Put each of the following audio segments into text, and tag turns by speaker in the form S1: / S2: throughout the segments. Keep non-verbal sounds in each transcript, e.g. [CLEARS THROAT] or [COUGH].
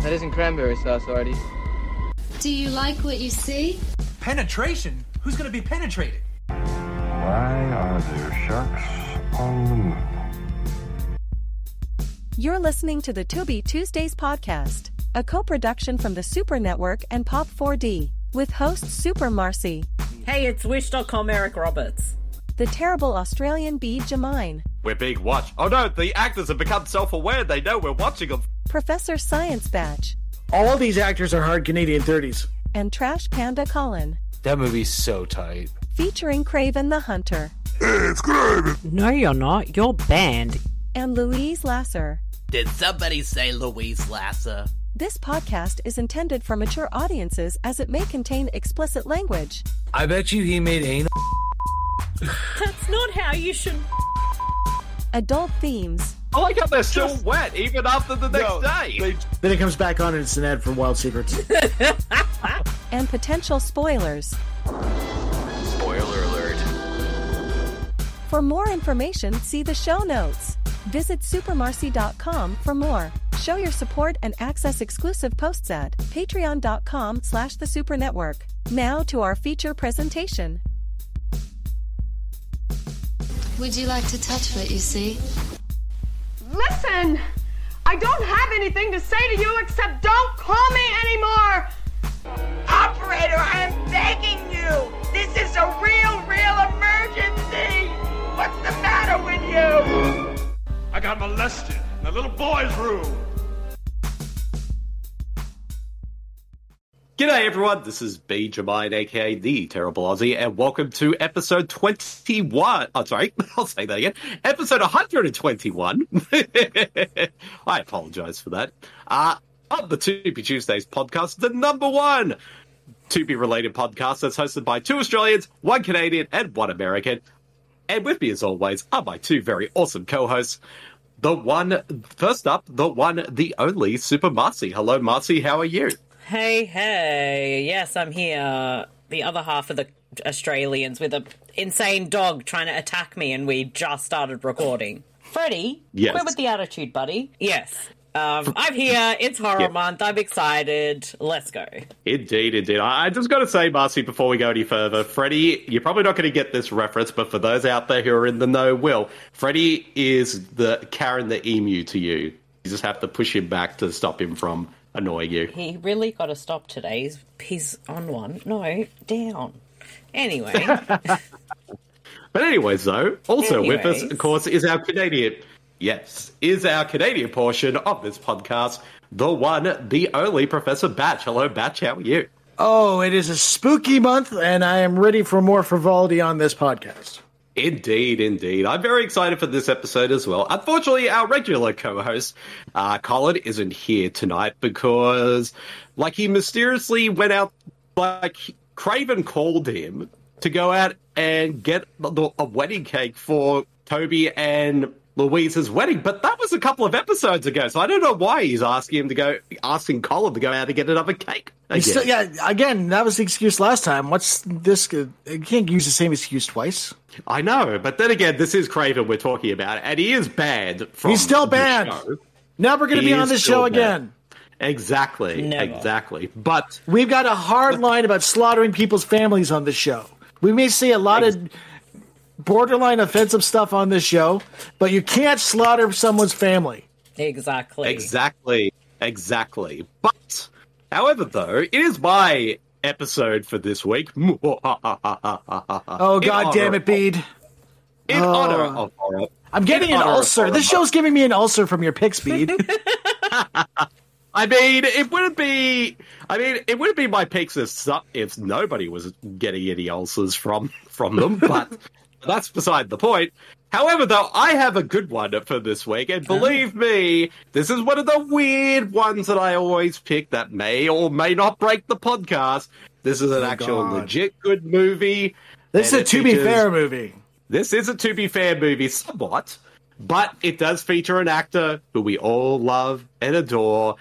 S1: That isn't cranberry sauce, Artie.
S2: Do you like what you see?
S3: Penetration? Who's gonna be penetrated?
S4: Why are there sharks on the moon?
S5: You're listening to the To Be Tuesdays podcast, a co production from the Super Network and Pop 4D, with hosts Super Marcy,
S6: Hey, it's Wish.com Eric Roberts.
S5: the terrible Australian bee Jamine,
S7: We're being watched. Oh no, the actors have become self aware. They know we're watching them.
S5: Professor Science Batch,
S8: All these actors are hard Canadian 30s.
S5: and Trash Panda Colin,
S9: That movie's so tight.
S5: featuring Craven the Hunter
S6: No, you're not. You're banned.
S5: and Louise Lasser.
S10: Did somebody say Louise Lasser?
S5: This podcast is intended for mature audiences as it may contain explicit language.
S9: I bet you he made anal.
S6: That's not how you should.
S5: Adult themes,
S7: I like how they're still wet even after the next day.
S8: Then it comes back on and it's an ad for Wild Secrets.
S5: and potential spoilers.
S7: Spoiler alert.
S5: For more information, see the show notes. Visit supermarcy.com for more. Show your support and access exclusive posts at patreon.com slash the super network. Now to our feature presentation.
S2: Would you like to touch what you see?
S11: Listen, I don't have anything to say to you except don't call me anymore. Operator, I am begging you. This is a real, real emergency. What's the matter with you?
S3: I got molested in a little boy's room.
S7: G'day everyone, this is B Jermaine, aka the Terrible Aussie, and welcome to episode 21. Oh, sorry, [LAUGHS] I'll say that again. Episode 121. [LAUGHS] I apologize for that. Uh, on the To Be Tuesdays podcast, the number one To Be related podcast that's hosted by two Australians, one Canadian, and one American. And with me, as always, are my two very awesome co hosts. The one, first up, the one, the only Super Marcy. Hello, Marcy, how are you?
S6: Hey, hey. Yes, I'm here. The other half of the Australians with a insane dog trying to attack me, and we just started recording. Freddie,
S7: Yes.
S6: we're with the attitude, buddy. Yes. Um, I'm here. It's horror
S7: Yeah.
S6: month. I'm excited. Let's go.
S7: Indeed, indeed. I, I just got to say, Marcy, before we go any further, Freddie, you're probably not going to get this reference, but for those out there who are in the know, will Freddie is the Karen the emu to you. You just have to push him back to stop him from annoying you.
S6: He really got to stop today. He's, he's on one. No, down. Anyway, [LAUGHS]
S7: But anyways, though, also with us,
S6: Anyways.
S7: of course, is our Canadian. Yes, is our Canadian portion of this podcast the one, the only Professor Batch. Hello, Batch. How are you?
S8: oh, it is a spooky month, and I am ready for more frivolity on this podcast.
S7: Indeed, indeed. I'm very excited for this episode as well. Unfortunately, our regular co host, uh, Colin, isn't here tonight because, like, he mysteriously went out, like, Craven called him to go out and get the- a wedding cake for Toby and Louise's wedding, but that was a couple of episodes ago, so I don't know why he's asking him to go, asking Colin to go out and get another cake.
S8: He's
S7: again.
S8: still- yeah, again, that was the excuse last time. What's this? uh, You can't use the same excuse twice.
S7: I know, but then again, this is Craven we're talking about, and he is banned. From
S8: He's still
S7: the
S8: banned.
S7: show.
S8: Now we're going to
S7: He
S8: be on
S7: is
S8: the
S7: still
S8: show
S7: banned.
S8: again.
S7: Exactly,
S6: Never.
S7: exactly. But
S8: We've got a hard line about slaughtering people's families on this show. We may see a lot of borderline offensive stuff on this show, but you can't slaughter someone's family.
S6: exactly.
S7: exactly, exactly. But however, though, it is my episode for this week. [LAUGHS]
S8: Oh,
S7: oh
S8: god damn it, Bede. Oh.
S7: In honor of horror.
S8: I'm getting
S7: In
S8: an
S7: honor of
S8: ulcer.
S7: horror
S8: This
S7: month.
S8: show's giving me an ulcer from your pick
S7: [LAUGHS]
S8: speed.
S7: I mean, it wouldn't be. I mean, it wouldn't be my picks if so- if nobody was getting any ulcers from
S8: [LAUGHS]
S7: from them. But that's beside the point. However, though, I have a good one for this week, and believe me, this is one of the weird ones that I always pick that may or may not break the podcast. This is an actual
S8: Oh, God.
S7: legit good movie.
S8: this
S7: and
S8: is a
S7: it
S8: to be
S7: features-
S8: fair movie.
S7: this is a to be fair movie somewhat, but it does feature an actor who we all love and adore.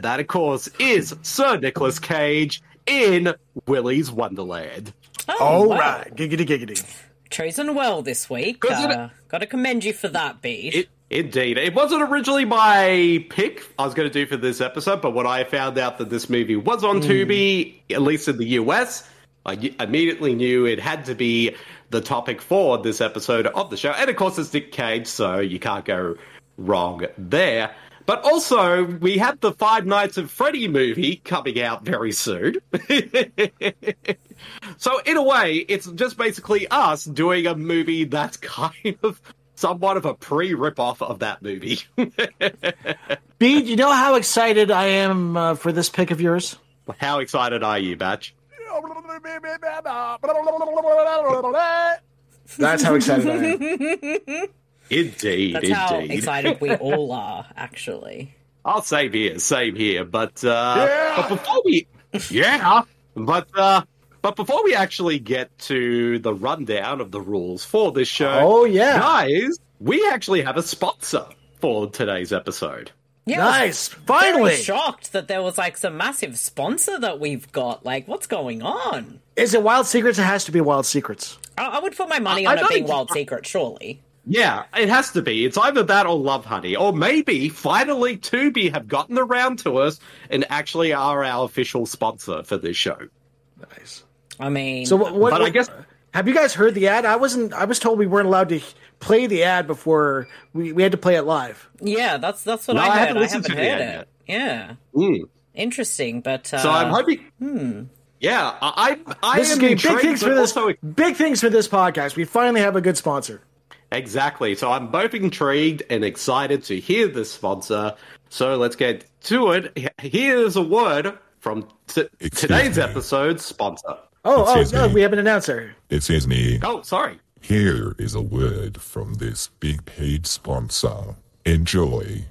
S7: That, of course, is Sir Nicholas Cage in Willy's Wonderland.
S8: All
S6: wow.
S8: right, giggity giggity.
S6: Chosen well this week.
S7: Because it-
S6: Uh, Got to commend you for that, Bede.
S7: It Indeed. It wasn't originally my pick I was going to do for this episode, but when I found out that this movie was on Tubi, at least in the US, I y- immediately knew it had to be the topic for this episode of the show. And of course, it's Nick Cage, so you can't go wrong there. But also, we have the Five Nights at Freddy movie coming out very soon. [LAUGHS] So in a way, it's just basically us doing a movie that's [LAUGHS] kind of somewhat of a pre-rip-off of that movie. [LAUGHS]
S8: B, you know how excited I am uh, for this pick of yours?
S7: How excited are you, Batch?
S11: That's how excited I am.
S7: [LAUGHS] Indeed,
S6: That's
S7: indeed.
S6: how excited
S7: [LAUGHS]
S6: we all are, actually.
S7: I'll same here, same here. But uh, but before we yeah, but uh, but before we actually get to the rundown of the rules for this show,
S8: Oh, yeah.
S7: guys, we actually have a sponsor for today's episode.
S6: Yeah, I was
S8: Nice.
S6: very
S8: Finally.
S6: shocked that there was like some massive sponsor that we've got. Like, what's going on?
S8: Is it Wild Secrets? It has to be Wild Secrets.
S6: I, I would put my money
S7: I-
S6: on
S7: I
S6: it being
S7: don't-
S6: Wild Secret, surely.
S7: Yeah, it has to be. It's either that or Love Honey. Or maybe finally Tubi have gotten around to us and actually are our official sponsor for this show.
S6: I mean,
S8: So what? what
S7: But I guess-
S8: have you guys heard the ad? I wasn't. I was told we weren't allowed to play the ad before we, we had to play it live.
S6: yeah, that's that's what
S7: No,
S6: I
S7: I
S6: heard. I haven't,
S7: haven't listened to the
S6: heard
S7: ad
S6: it. Yeah,
S7: Mm.
S6: interesting, but uh, hmm.
S7: So I'm hoping. Yeah, I, I, I
S8: This is
S7: am
S8: gonna be big
S7: intrigued,
S8: things
S7: but
S8: for this.
S7: also
S8: Big things for this podcast. We finally have a good sponsor.
S7: Exactly. So I'm both intrigued and excited to hear this sponsor. So let's get to it. H- Here's a word from t-
S12: Excuse
S7: today's
S12: me.
S7: episode sponsor.
S8: Oh, oh
S12: Excuse
S8: no,
S12: me.
S8: we have an announcer.
S12: It's Isney.
S7: Oh, sorry.
S12: Here is a word from this big paid sponsor. Enjoy.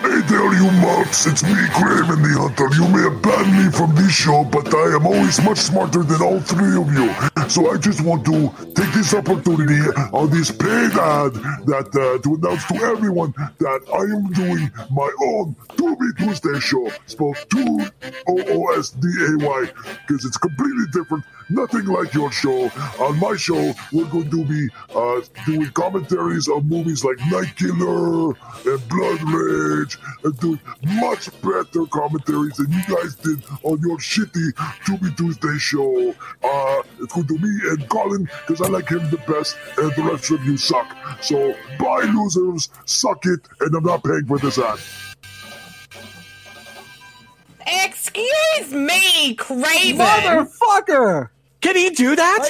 S13: Hey there, you marks. It's me, Craven the Hunter. You may have banned me from this show, but I am always much smarter than all three of you. So I just want to take this opportunity on this paid ad that uh, to announce to everyone that I am doing my own Tubi Tuesday show, spelled two O O S D A Y, because it's completely different. Nothing like your show. On my show, we're going to be uh, doing commentaries on movies like Night Killer and Blood Rage and doing much better commentaries than you guys did on your shitty Tubi Tuesday show. Uh, it's going to be me and Colin because I like him the best and the rest of you suck. So bye, losers. Suck it. And I'm not paying for this ad.
S6: excuse me, Craven,
S8: Motherfucker! Can he do that?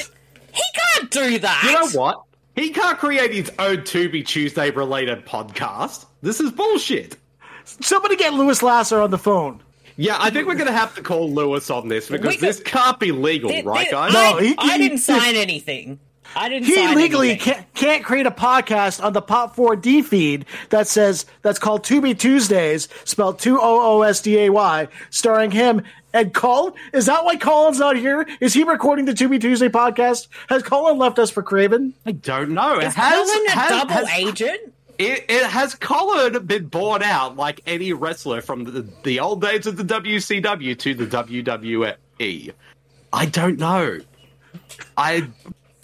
S6: he can't do that.
S7: You know what? He can't create his own Tubi Tuesday related podcast. This is bullshit.
S8: Somebody get Louis Lasser on the phone.
S7: Yeah, I think we're going to have to call Lewis on this because
S6: We could-
S7: this can't be legal,
S6: Th-
S7: right,
S6: th-
S7: guys?
S8: No,
S6: I,
S8: he-
S6: I
S8: he-
S6: didn't sign anything. I didn't.
S8: He
S6: sign
S8: legally
S6: anything.
S8: can't, can't create a podcast on the Pop 4D feed that says that's called To Be Tuesdays, spelled two O O S D A Y, starring him and Colin. Is that why Colin's not here? Is he recording the To Be Tuesday podcast? Has Colin left us for Craven?
S7: I don't know. It
S6: Is
S7: has,
S6: Colin a
S7: has-
S6: double
S7: has-
S6: agent?
S7: It, it has Colin been born out like any wrestler from the, the old days of the WCW to the WWE. I don't know. I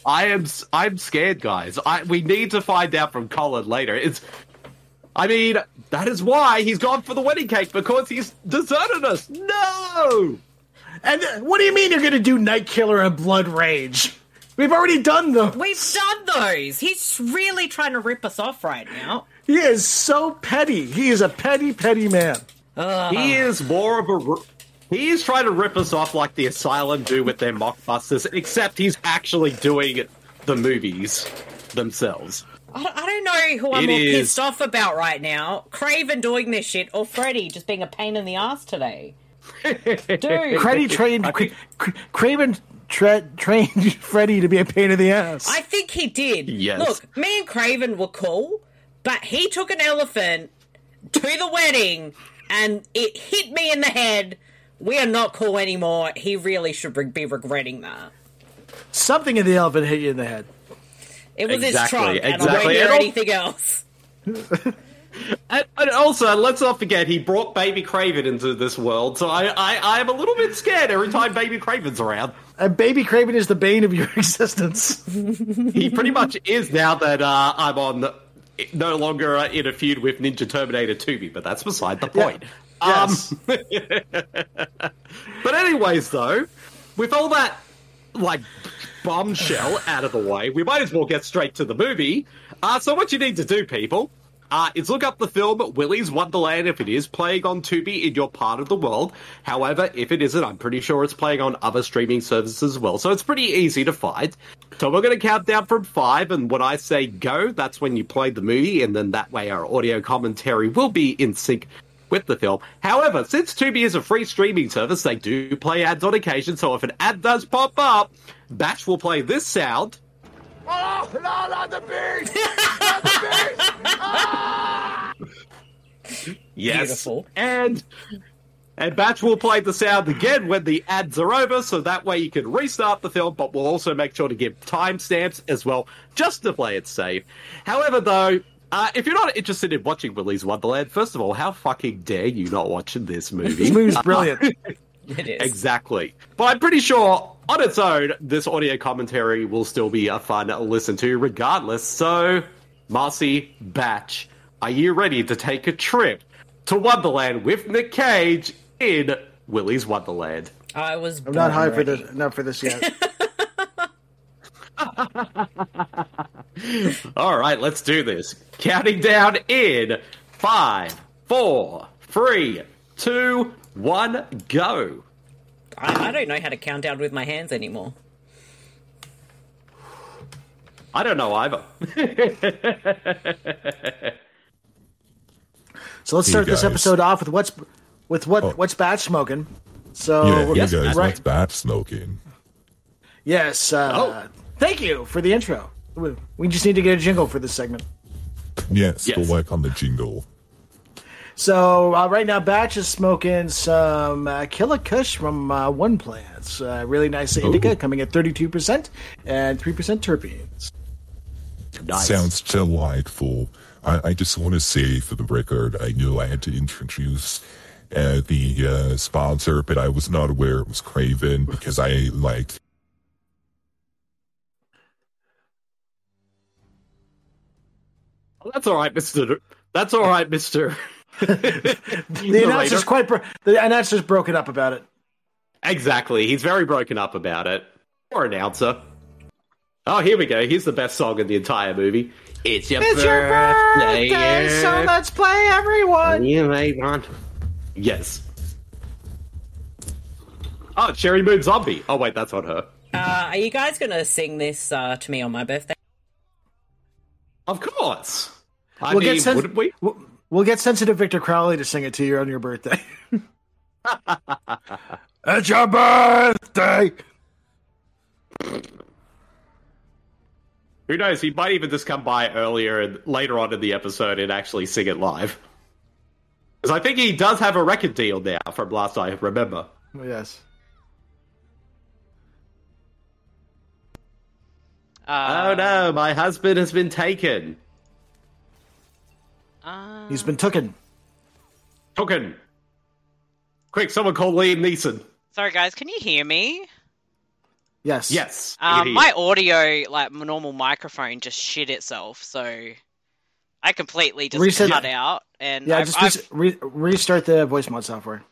S7: I am s- I'm scared, guys. I we need to find out from Colin later. It's I mean that is why he's gone for the wedding cake because he's deserted us. No.
S8: And uh, what do you mean you're going to do Night Killer and Blood Rage? We've already done them.
S6: We've done those. He's really trying to rip us off right now.
S8: He is so petty. He is a petty, petty man.
S7: He is more of a. r- He is trying to rip us off like the Asylum do with their mockbusters, except he's actually doing the movies themselves.
S6: I, I don't know who I'm
S7: It
S6: more
S7: is-
S6: pissed off about right now. Craven doing this shit or Freddy just being a pain in the ass today. Dude,
S8: Freddy trained Cra- Craven tra- trained [LAUGHS] Freddy to be a pain in the ass.
S6: I think he did.
S7: Yes.
S6: Look, me and Craven were cool, but he took an elephant to the wedding and it hit me in the head. We are not cool anymore. He really should re- be regretting that.
S8: Something in the elephant hit you in the head.
S6: It was his
S7: Exactly,
S6: trunk, and I won't
S7: exactly.
S6: hear
S7: And al-
S6: anything else.
S7: And, and also, let's not forget, he brought Baby Craven into this world, so I, I, I am a little bit scared every time Baby Craven's around.
S8: And baby Craven is the bane of your [LAUGHS] existence.
S7: he pretty much is now that uh, I'm on no longer uh, in a feud with Ninja Terminator 2B, but that's beside the point.
S8: Yes.
S7: Um, [LAUGHS] but anyways, though, with all that like bombshell out of the way, we might as well get straight to the movie. Uh, so what you need to do, people, uh, is look up the film Willy's Wonderland if it is playing on Tubi in your part of the world. However, if it isn't, I'm pretty sure it's playing on other streaming services as well. So it's pretty easy to find. So we're going to count down from five, and when I say go, that's when you play the movie, and then that way our audio commentary will be in sync with the film. However, since Tubi is a free streaming service, they do play ads on occasion, so if an ad does pop up, Batch will play this sound.
S14: Oh, not on the beach! Not the beach!
S7: Yes.
S15: Beautiful.
S7: And and Batch will play the sound again when the ads are over, so that way you can restart the film, but we'll also make sure to give timestamps as well, just to play it safe. However, though, uh, if you're not interested in watching Willy's Wonderland, first of all, how fucking dare you not watch this movie?
S8: This movie's
S7: [LAUGHS]
S8: brilliant.
S15: [LAUGHS] It is.
S7: Exactly. But I'm pretty sure on its own, this audio commentary will still be a fun listen to regardless. So, Marcy Batch, are you ready to take a trip to Wonderland with Nick Cage in Willy's Wonderland?
S15: [LAUGHS] I was
S8: I'm not high for
S15: ready.
S8: this. Not for
S15: [LAUGHS]
S8: this yet.
S7: All right, let's do this. Counting down in five, four, three, two, one, go.
S15: I, I don't know how to count down with my hands anymore.
S7: I don't know either. [LAUGHS]
S8: So let's start this
S1: guys.
S8: episode off with what's with what
S1: Oh.
S8: what's batch smoking. So
S7: Oh,
S1: yeah, hey
S7: Yes,
S1: guys,
S8: right.
S1: what's bad smoking?
S8: yes. Uh,
S15: Oh.
S8: Thank you for the intro. We- We just need to get a jingle for this segment.
S1: Yes,
S7: Yes.
S1: go work on the jingle.
S8: So uh, right now, Batch is smoking some uh, Killer Kush from uh, One Plants. Uh, really nice indica, coming at thirty-two percent and three percent terpenes.
S7: Nice.
S1: Sounds delightful. I, I just want to say, for the record, I knew I had to introduce uh, the uh, sponsor, but I was not aware it was Craven because I like
S7: That's all right, Mister. That's all right,
S8: [LAUGHS]
S7: Mister.
S8: The announcer's quite bro- the announcer's broken up about it.
S7: Exactly. He's very broken up about it. Poor announcer. Oh, here we go. Here's the best song in the entire movie. It's your birthday.
S8: so let's play everyone.
S7: You may want. Yes. Oh, Cherry Moon Zombie. Oh, wait, that's not her.
S15: Uh, are you guys going to sing this uh, to me on my birthday?
S7: Of course. I
S8: We'll
S7: mean,
S8: get, sen-
S7: wouldn't we?
S8: we'll, we'll get sensitive Victor Crowley to sing it to you on your birthday.
S13: It's your birthday!
S7: Who knows? He might even just come by earlier and later on in the episode and actually sing it live. Because I think he does have a record deal now from last I remember.
S8: yes.
S7: Oh
S6: Uh,
S7: Oh, no, my husband has been taken.
S6: uh,
S8: He's been tooken.
S7: Token. Quick, someone call Liam Neeson.
S6: sorry, guys. Can you hear me?
S8: Yes.
S7: Yes.
S6: Um,
S7: Idiot.
S6: my audio, like my normal microphone, just shit itself, so I completely just
S8: Reset-
S6: cut out. And
S8: Yeah,
S6: I've,
S8: just
S6: I've-
S8: re- re- restart the voice mod software.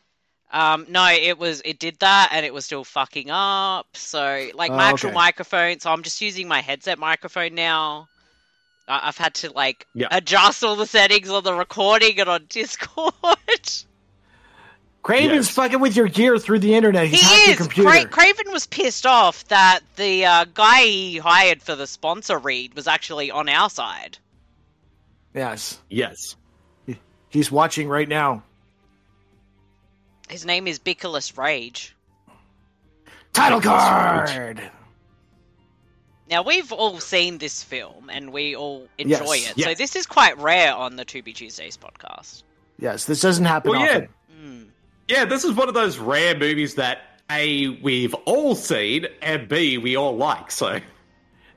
S6: um, no, it was it did that, and it was still fucking up. So, like my
S8: Oh,
S6: actual
S8: okay.
S6: microphone. So I'm just using my headset microphone now. I- I've had to like
S7: Yeah.
S6: adjust all the settings on the recording and on [LAUGHS] Discord.
S8: Craven's
S7: Yes.
S8: fucking with your gear through the internet. He's hacked
S6: he
S8: your
S6: is.
S8: computer.
S6: Cra- Craven was pissed off that the uh, guy he hired for the sponsor read was actually on our side.
S8: yes.
S7: yes.
S8: He's watching right now.
S6: His name is Bicolus Rage.
S8: Title
S7: Nicholas
S8: card.
S6: Now we've all seen this film and we all enjoy
S8: Yes,
S6: it. So
S7: yes.
S6: this is quite rare on the To Be Tuesdays podcast.
S8: Yes, this doesn't happen
S7: Well, yeah.
S8: often.
S6: Mm.
S7: Yeah, this is one of those rare movies that A, we've all seen, and B, we all like, so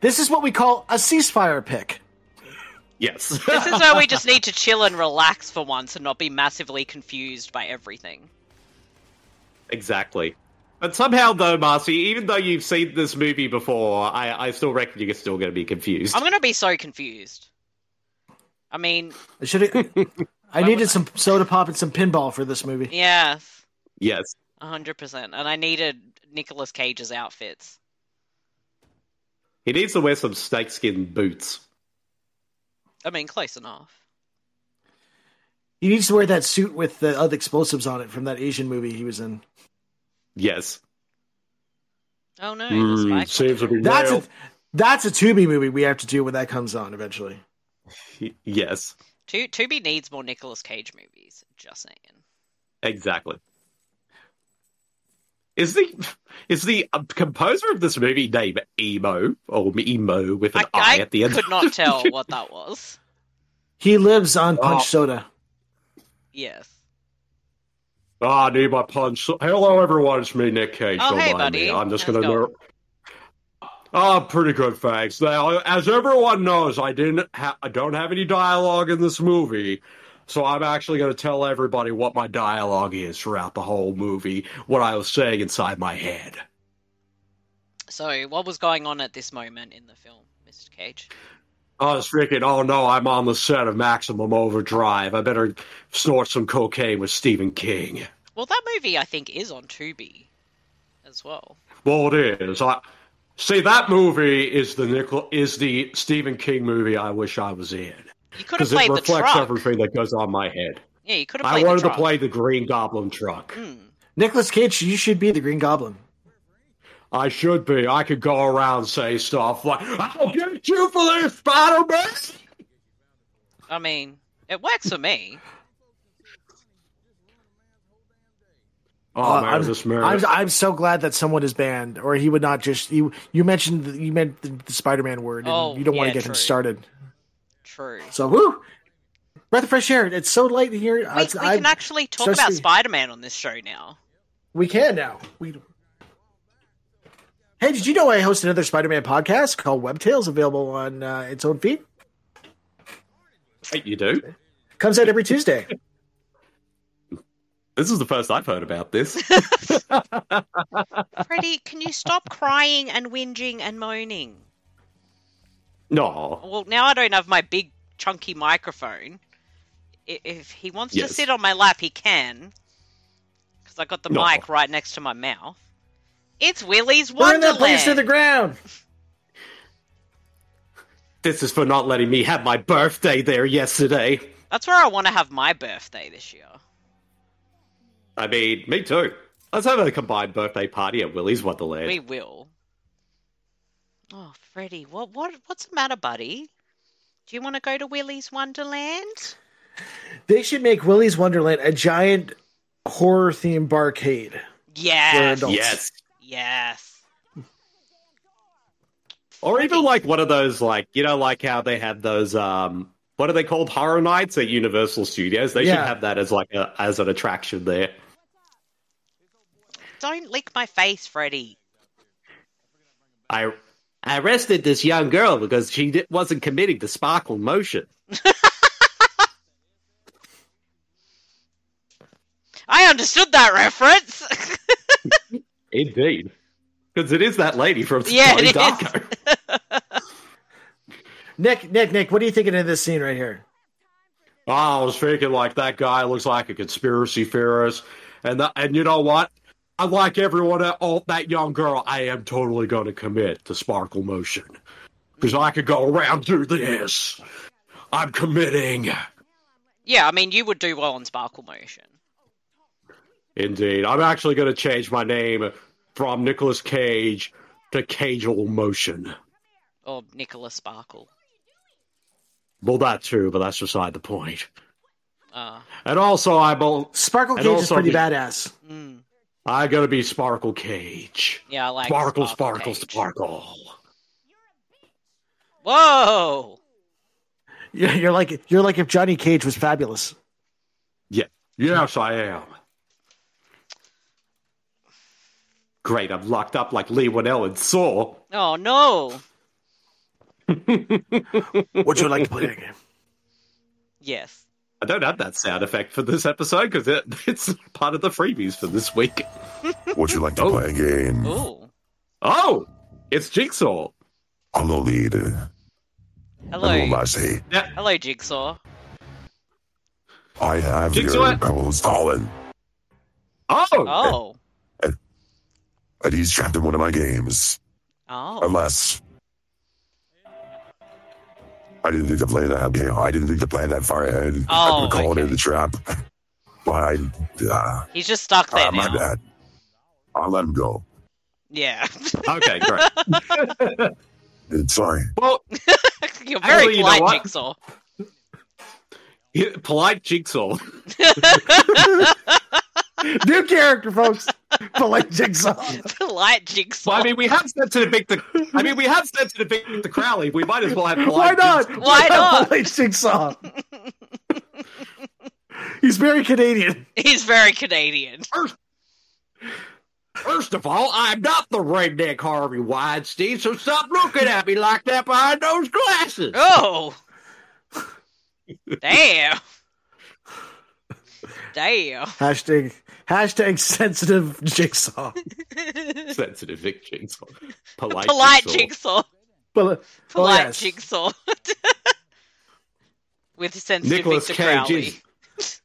S8: This is what we call a ceasefire pick.
S7: yes.
S6: This is where we just need to chill and relax for once and not be massively confused by everything.
S7: [LAUGHS] exactly. But somehow, though, Marcy, even though you've seen this movie before, I, I still reckon you're still going to be confused.
S6: I'm gonna be so confused. I
S7: [LAUGHS]
S6: mean,
S8: I should. I needed some soda pop and some pinball for this movie.
S6: yeah,
S7: Yes.
S6: hundred percent. And I needed Nicolas Cage's outfits.
S7: He needs to wear some snakeskin boots.
S6: I mean, close enough.
S8: He needs to wear that suit with the other explosives on it from that Asian movie he was in.
S7: Yes.
S6: Oh no,
S7: Mm,
S6: the spike.
S7: seems to be
S8: That's
S7: real.
S8: a that's a Tubi movie we have to do when that comes on eventually.
S7: Y- Yes.
S6: Tu- Tubi needs more Nicolas Cage movies. Just saying.
S7: Exactly. Is the is the uh, composer of this movie named Emo or Emo with an I, Oh, at the end?
S6: Could
S7: [LAUGHS]
S6: not tell what that was.
S8: He lives on punch soda.
S6: Yes.
S7: Oh, I need my punch. Hello, everyone. It's me, Nick Cage.
S6: Oh,
S7: Don't
S6: hey,
S7: mind
S6: buddy.
S7: me. I'm just
S6: How's
S7: going
S6: it
S7: to. Ner- oh, pretty good, thanks. Now, as everyone knows, I didn't. Ha- I don't have any dialogue in this movie, so I'm actually going to tell everybody what my dialogue is throughout the whole movie. What I was saying inside my head.
S6: So, what was going on at this moment in the film, Mr. Cage?
S7: I was thinking, oh no, I'm on the set of Maximum Overdrive. I better snort some cocaine with Stephen King.
S6: Well, that movie I think is on Tubi as well.
S7: Well, it is. I see that movie is the Nicol- is the Stephen King movie I wish I was in
S6: You could have
S7: because it
S6: played the
S7: reflects
S6: truck.
S7: everything that goes on my head.
S6: Yeah, you could have
S7: I
S6: played the
S7: wanted to
S6: truck.
S7: play the Green Goblin truck.
S8: Nicholas Cage, you should be the Green Goblin.
S7: I should be. I could go around and say stuff like, "Ah, "I'll get you for this, Spider Man."
S6: I mean, it works for me.
S7: Oh
S8: Uh,
S7: man,
S8: I'm,
S7: this man.
S8: I'm, I'm so glad that someone is banned, or he would not just you. You mentioned the, you meant the, the Spider-Man word, and
S6: Oh,
S8: you don't want
S6: yeah,
S8: to get
S6: true.
S8: him started.
S6: True.
S8: So, woo! Breath of fresh air. It's so light here.
S6: We,
S8: It's-
S6: we
S8: I-
S6: can actually talk
S8: so
S6: about
S8: sweet.
S6: Spider-Man on this show now.
S8: We can now. We. Hey, did you know I host another Spider-Man podcast called Web Tales, available on uh, its own feed?
S7: Wait, you do?
S8: Comes out every
S6: [LAUGHS]
S8: Tuesday.
S7: This is the first I've heard about
S6: [LAUGHS]
S7: this.
S6: Freddie, can you stop crying and whinging and moaning?
S7: no,
S6: Well, now I don't have my big chunky microphone. I- If he wants to
S7: Yes.
S6: sit on my lap, he can, because I got the
S7: No.
S6: mic right next to my mouth. It's Willy's
S8: Burn
S6: Wonderland.
S8: that place to the ground.
S7: this is for not letting me have my birthday there yesterday.
S6: That's where I want to have my birthday this year.
S7: I mean, me too. Let's have a combined birthday party at Willie's Wonderland.
S6: We will. Oh, Freddie, what what what's the matter, buddy? Do you want to go to Willy's Wonderland?
S8: They should make Willy's Wonderland a giant horror themed barcade. We're
S6: Yes.
S8: adults.
S7: Yes.
S6: Yes.
S7: Or even like one of those, like, you know, like how they have those, um, what are they called? Horror Nights at Universal Studios. They
S8: Yeah.
S7: should have that as like a, as an attraction there.
S6: Don't lick my face, Freddie.
S7: I, I arrested this young girl because she di- wasn't committing the sparkle motion.
S6: I understood that reference.
S7: Indeed. Because it is that lady from
S6: Yeah,
S7: Donnie
S6: it is.
S7: Darko.
S8: Nick, Nick, Nick, what are you thinking of this scene right here?
S7: Oh, I was thinking like that guy looks like a conspiracy theorist, and the, and you know what? Unlike everyone, el- all that young girl, I am totally going to commit to sparkle motion because I could go around through this. I'm committing.
S6: yeah, I mean, you would do well on Sparkle Motion.
S7: Indeed, I'm actually going to change my name from Nicolas Cage to Cageal Motion.
S6: Or Nicholas Sparkle.
S7: Well, that too, but that's beside the point.
S6: Uh,
S7: And also, I'm al-
S8: Sparkle
S7: And
S8: Cage is
S7: also
S8: pretty
S7: the-
S8: badass.
S6: mm,
S7: I'm going to be Sparkle Cage.
S6: yeah, I like
S7: sparkle, sparkle,
S6: Cage.
S7: sparkle.
S6: Whoa!
S8: You're you're like you're like if Johnny Cage was fabulous.
S7: Yeah. Yes, I am. Great, I'm locked up like Lee Winnell and Saw.
S13: [LAUGHS]
S6: Oh no!
S8: Would you like to play that game?
S6: Yes.
S7: I don't have that sound effect for this episode because it, [LAUGHS] it's part of the freebies for this week.
S13: Would you like to play a game?
S6: Ooh.
S7: Oh, it's Jigsaw.
S13: Hello, leader.
S6: Hello.
S13: Hello, Lassie.
S6: Hello, Jigsaw.
S13: I have
S7: Jigsaw.
S13: your clothes, Colin,
S7: Oh,
S6: Oh. [LAUGHS]
S13: and he's trapped in one of my games.
S6: Oh.
S13: Unless. I didn't think to play that game. I didn't think to play that far ahead.
S6: Oh,
S13: I would call it
S6: okay.
S13: in the trap. But I. Uh,
S6: He's just stuck there
S13: ah, my
S6: now.
S13: bad. I'll let him go.
S6: Yeah.
S7: okay, great.
S13: [LAUGHS]
S6: [LAUGHS]
S13: Sorry.
S7: Well,
S6: You're
S7: Actually,
S6: very
S7: you know
S6: polite, [LAUGHS]
S7: what?
S6: Jigsaw.
S7: yeah, polite Jigsaw. [LAUGHS]
S8: [LAUGHS] New character, folks. Polite jigsaw.
S6: polite Jigsaw.
S7: Well, I mean, we have said to depict the. I mean, we have said to depict the Crowley. We might as well have polite.
S8: Why not?
S7: Jigsaw.
S6: Why not?
S8: Polite jigsaw. [LAUGHS] He's very Canadian.
S6: He's very Canadian.
S7: First of all, I'm not the redneck Harvey Weinstein, so stop looking at me like that behind those glasses.
S6: Oh.
S7: [LAUGHS]
S6: Damn. Damn.
S8: Hashtag hashtag sensitive [LAUGHS] jigsaw.
S6: [LAUGHS]
S7: Sensitive Vic Jigsaw. Polite,
S6: Polite
S7: Jigsaw.
S6: Jigsaw.
S8: But,
S6: Polite
S8: oh, yes.
S6: Jigsaw. [LAUGHS] With sensitive
S7: Nicholas
S6: Victor
S7: Cage
S6: Crowley.
S7: is.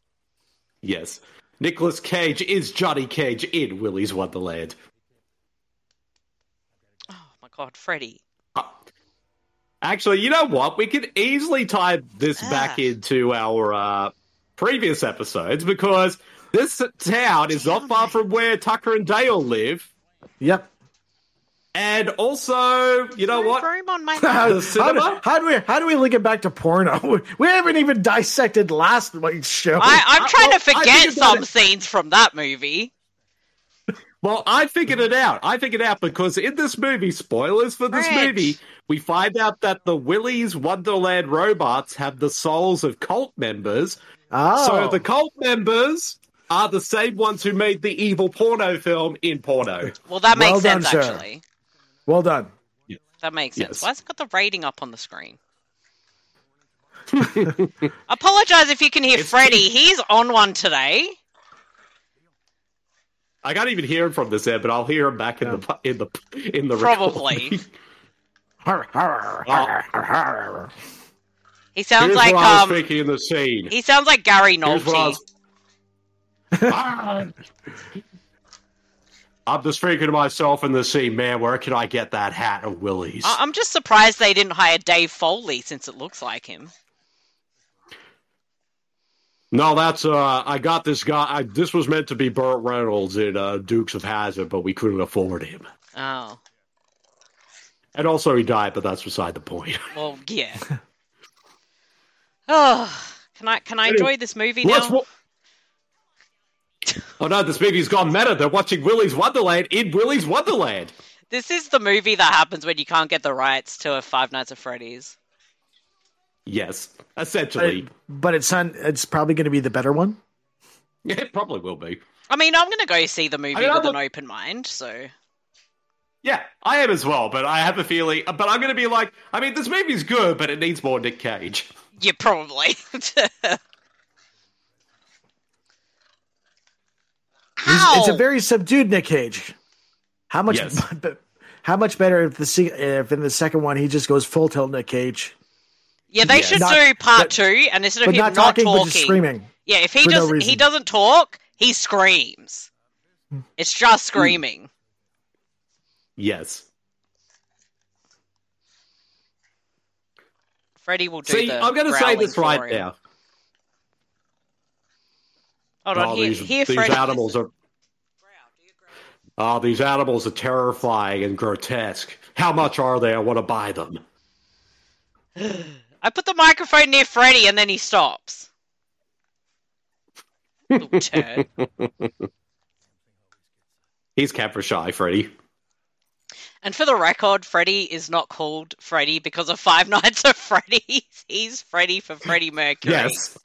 S7: Yes. Nicholas Cage is Johnny Cage in Willy's Wonderland.
S6: Oh my god, Freddy.
S7: Actually, you know what? We could easily tie this back
S6: Ah.
S7: into our uh, previous episodes because this town is not far from where Tucker and Dale live.
S8: Yep.
S7: And also, you know what?
S6: Room on
S7: [LAUGHS]
S6: my
S8: How,
S7: The
S8: how do,
S7: cinema?
S8: how do we how do we link it back to porno? [LAUGHS] We haven't even dissected last week's show.
S6: I, I'm
S7: I-
S6: trying
S7: well, I
S6: to forget
S7: figured that
S6: some
S7: it-
S6: scenes from that movie.
S7: Well, I figured it out. I figured it out because in this movie, spoilers for this
S6: Rich.
S7: movie, we find out that the Willy's Wonderland robots have the souls of cult members.
S8: oh,
S7: So the cult members are the same ones who made the evil porno film in porno.
S6: Well, that
S8: Well
S6: makes
S8: done,
S6: sense,
S8: sir.
S6: actually.
S8: well done.
S6: That makes sense.
S7: Yes.
S6: Why's it got the rating up on the
S7: [LAUGHS]
S6: screen? Apologize if you can hear
S7: It's-
S6: Freddy. He's on one today.
S7: I can't even hear him from this end, but I'll hear him back in the pu- in the in the
S6: Probably.
S8: [LAUGHS] Har, har, har, har, har.
S6: He sounds
S7: Here's
S6: like
S7: what I was
S6: um.
S7: thinking in the scene.
S6: He sounds like Gary
S7: Here's what I
S6: Nolte.
S7: was- Ah! I'm just thinking to myself in the scene, man, where can I get that hat of Willie's?
S6: I- I'm just surprised they didn't hire Dave Foley since it looks like him.
S7: no, that's uh, I got this guy. I, this was meant to be Burt Reynolds in uh, Dukes of Hazard, but we couldn't afford him.
S6: Oh
S7: And also, he died, but that's beside the point.
S6: well,
S7: [LAUGHS]
S6: yeah. oh, can I can I enjoy this movie now?
S7: Let's wa- oh no, this movie's gone meta. They're watching Willie's Wonderland in Willie's Wonderland.
S6: This is the movie that happens when you can't get the rights to a Five Nights at Freddy's.
S7: Yes, essentially,
S8: But it's on, it's probably going to be the better one.
S7: yeah, it probably will be.
S6: I mean, I'm gonna go see the movie
S7: mean, I'm
S6: with an
S7: not-
S6: open mind. So
S7: Yeah, I am as well, but I have a feeling. But I'm going to be like, I mean, this movie's good, but it needs more Nick Cage.
S6: yeah, probably. [LAUGHS] How?
S8: It's a very subdued Nick Cage. How much?
S7: Yes.
S8: [LAUGHS] How much better if the se- if in the second one he just goes full tilt Nick
S7: [LAUGHS]
S8: Cage,
S6: yeah, they should
S8: Not-
S6: do part
S8: but-
S6: two, and instead of
S8: but
S6: him
S8: not talking, but just screaming.
S6: Yeah, if he
S8: for no
S6: doesn't he
S8: reason.
S6: doesn't talk, he screams. It's
S8: Hmm.
S6: just screaming.
S7: Yes.
S6: Freddy will do
S7: See,
S6: the
S7: I'm going to say
S6: growling
S7: this right
S6: for him.
S7: now.
S6: Hold on,
S7: Oh,
S6: here,
S7: these,
S6: here
S7: these
S6: Freddy.
S7: animals are. Oh, these animals are terrifying and grotesque. How much are they? I want to buy them.
S6: [GASPS] I put the microphone near Freddy, and then he stops. Little turd.
S7: [LAUGHS] He's camera shy, Freddy.
S6: And for the record, Freddy is not called Freddy because of [LAUGHS] Five Nights at Freddy's. He's Freddy for Freddie Mercury.
S7: Yes.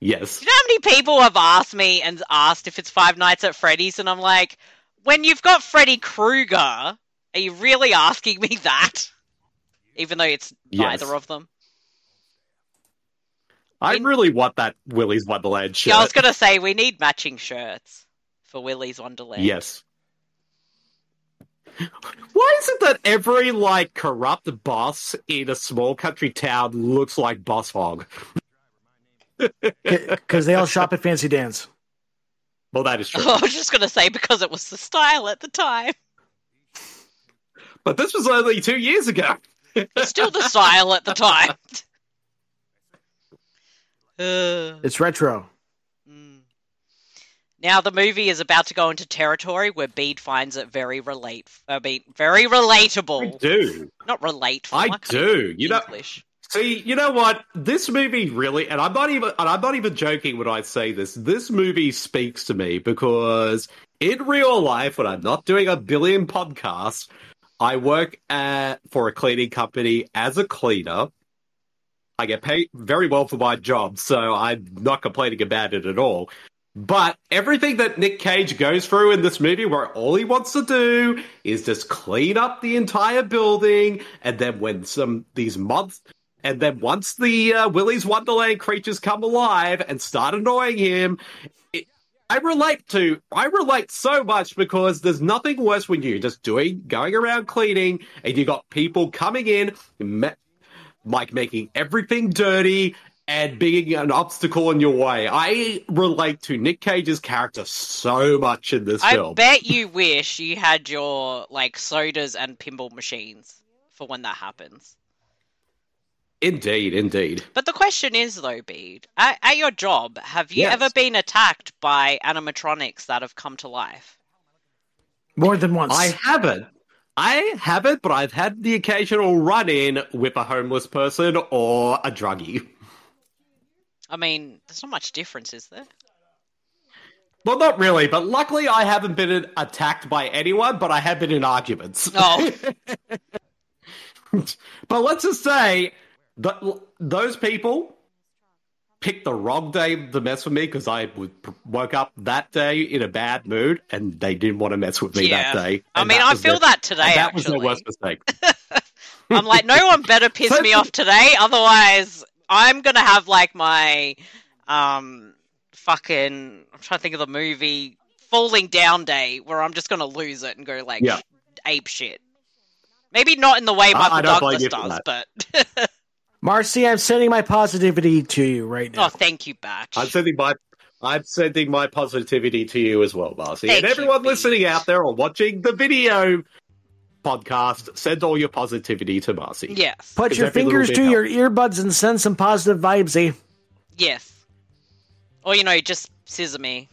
S7: Yes.
S6: Do you know how many people have asked me and asked if it's Five Nights at Freddy's? And I'm like, when you've got Freddy Krueger, are you really asking me that? Even though it's
S7: Yes.
S6: neither of them.
S7: I really want that Willy's Wonderland shirt.
S6: Yeah, I was gonna say we need matching shirts for Willy's Wonderland.
S7: Yes.
S6: [LAUGHS]
S7: Why is it that every like corrupt boss in a small country town looks like Boss Hog?
S8: because they all shop at Fancy Dan's.
S7: Well, that is true.
S6: I was just gonna say because it was the style at the time.
S7: But this was only two years ago.
S6: It's still the style at the time. Uh,
S8: It's retro.
S6: now the movie is about to go into territory where Bede finds it very relate. I mean, very relatable.
S7: Do
S6: Not relate.
S7: I
S6: fuck.
S7: do? You know,
S6: English.
S7: see, you know what? This movie really, and I'm not even, and I'm not even joking when I say this. This movie speaks to me because in real life, when I'm not doing a billion podcasts, I work at, for a cleaning company as a cleaner. I get paid very well for my job, so I'm not complaining about it at all. But everything that Nick Cage goes through in this movie, where all he wants to do is just clean up the entire building, and then when some these months, and then once the uh, Willy's Wonderland creatures come alive and start annoying him, it, I relate to. I relate so much because there's nothing worse when you're just doing going around cleaning, and you got people coming in, ma- like making everything dirty and being an obstacle in your way. I relate to Nick Cage's character so much in this
S6: I
S7: film.
S6: bet you wish you had your like sodas and pinball machines for when that happens.
S7: Indeed, indeed.
S6: But the question is, though, Bede, at, at your job, have you
S7: Yes.
S6: ever been attacked by animatronics that have come to life?
S8: More than once.
S7: I haven't. I haven't, but I've had the occasional run in with a homeless person or a druggie.
S6: I mean, there's not much difference, is there?
S7: Well, not really, but luckily I haven't been attacked by anyone, but I have been in arguments.
S6: No.
S7: [LAUGHS] But let's just say that l- those people picked the wrong day to mess with me because I would, p- woke up that day in a bad mood and they didn't want to mess with me
S6: Yeah.
S7: that day.
S6: I
S7: And
S6: mean, I
S7: was
S6: feel
S7: their-
S6: that today,
S7: and That was
S6: actually.
S7: their worst mistake.
S6: I'm like, no one better piss me off today, otherwise I'm gonna have like my um fucking I'm trying to think of the movie Falling Down Day where I'm just gonna lose it and go like
S7: Yeah.
S6: ape shit. Maybe not in the way
S7: I-
S6: Michael
S7: I don't blame
S6: Douglas
S7: you for
S6: does, but
S8: Marcy, I'm sending my positivity to you right now.
S6: oh, thank you, Batch.
S7: I'm sending my I'm sending my positivity to you as well, Marcy.
S6: Thank
S7: and everyone
S6: you,
S7: listening
S6: Pete.
S7: out there or watching the video podcast, send all your positivity to Marcy.
S6: Yes,
S8: Put
S7: Is
S8: your
S7: every little
S8: fingers
S7: bit
S8: to your e- earbuds and send some positive eh? vibesy.
S6: yes. Or you know, just scissor me,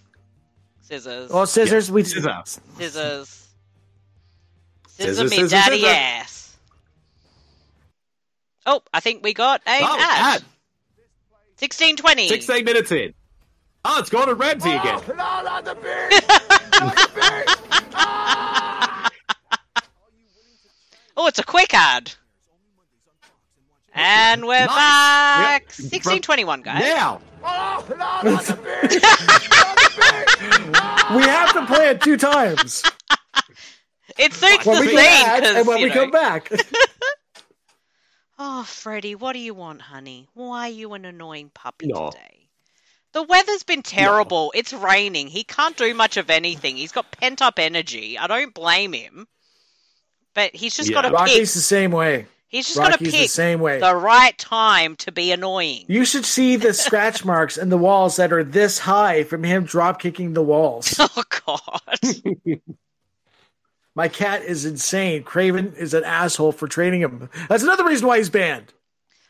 S6: scissors,
S8: Oh, scissors, we
S7: Scissors.
S6: scissors, scissor
S7: Scissor,
S6: me,
S7: scissor,
S6: daddy
S7: scissor.
S6: ass. Oh, I think we got a
S7: Oh,
S6: ad.
S7: ad.
S6: 1620.
S7: 16 minutes in. Oh, it's Gordon Ramsay again.
S6: [LAUGHS] Oh, it's a quick ad. And we're back. 1621, guys.
S7: Now,
S8: [LAUGHS] we have to play it two times
S6: It suits
S8: when
S6: the
S8: we
S6: scene.
S8: go back
S6: 'cause,
S8: and when
S6: you
S8: we
S6: know-
S8: come back.
S6: Oh, Freddie, what do you want, honey? Why are you an annoying puppy
S7: No.
S6: today? The weather's been terrible. It's raining. He can't do much of anything. He's got pent up energy. I don't blame him. But he's just got
S7: Yeah.
S6: to pick.
S8: Rocky's the same way.
S6: He's just got to
S8: Rocky's
S6: pick
S8: the same way.
S6: the right time to be annoying.
S8: You should see the scratch marks in the walls that are this high from him drop kicking the walls.
S6: [LAUGHS] Oh God!
S8: [LAUGHS] My cat is insane. Craven is an asshole for training him. That's another reason why he's banned.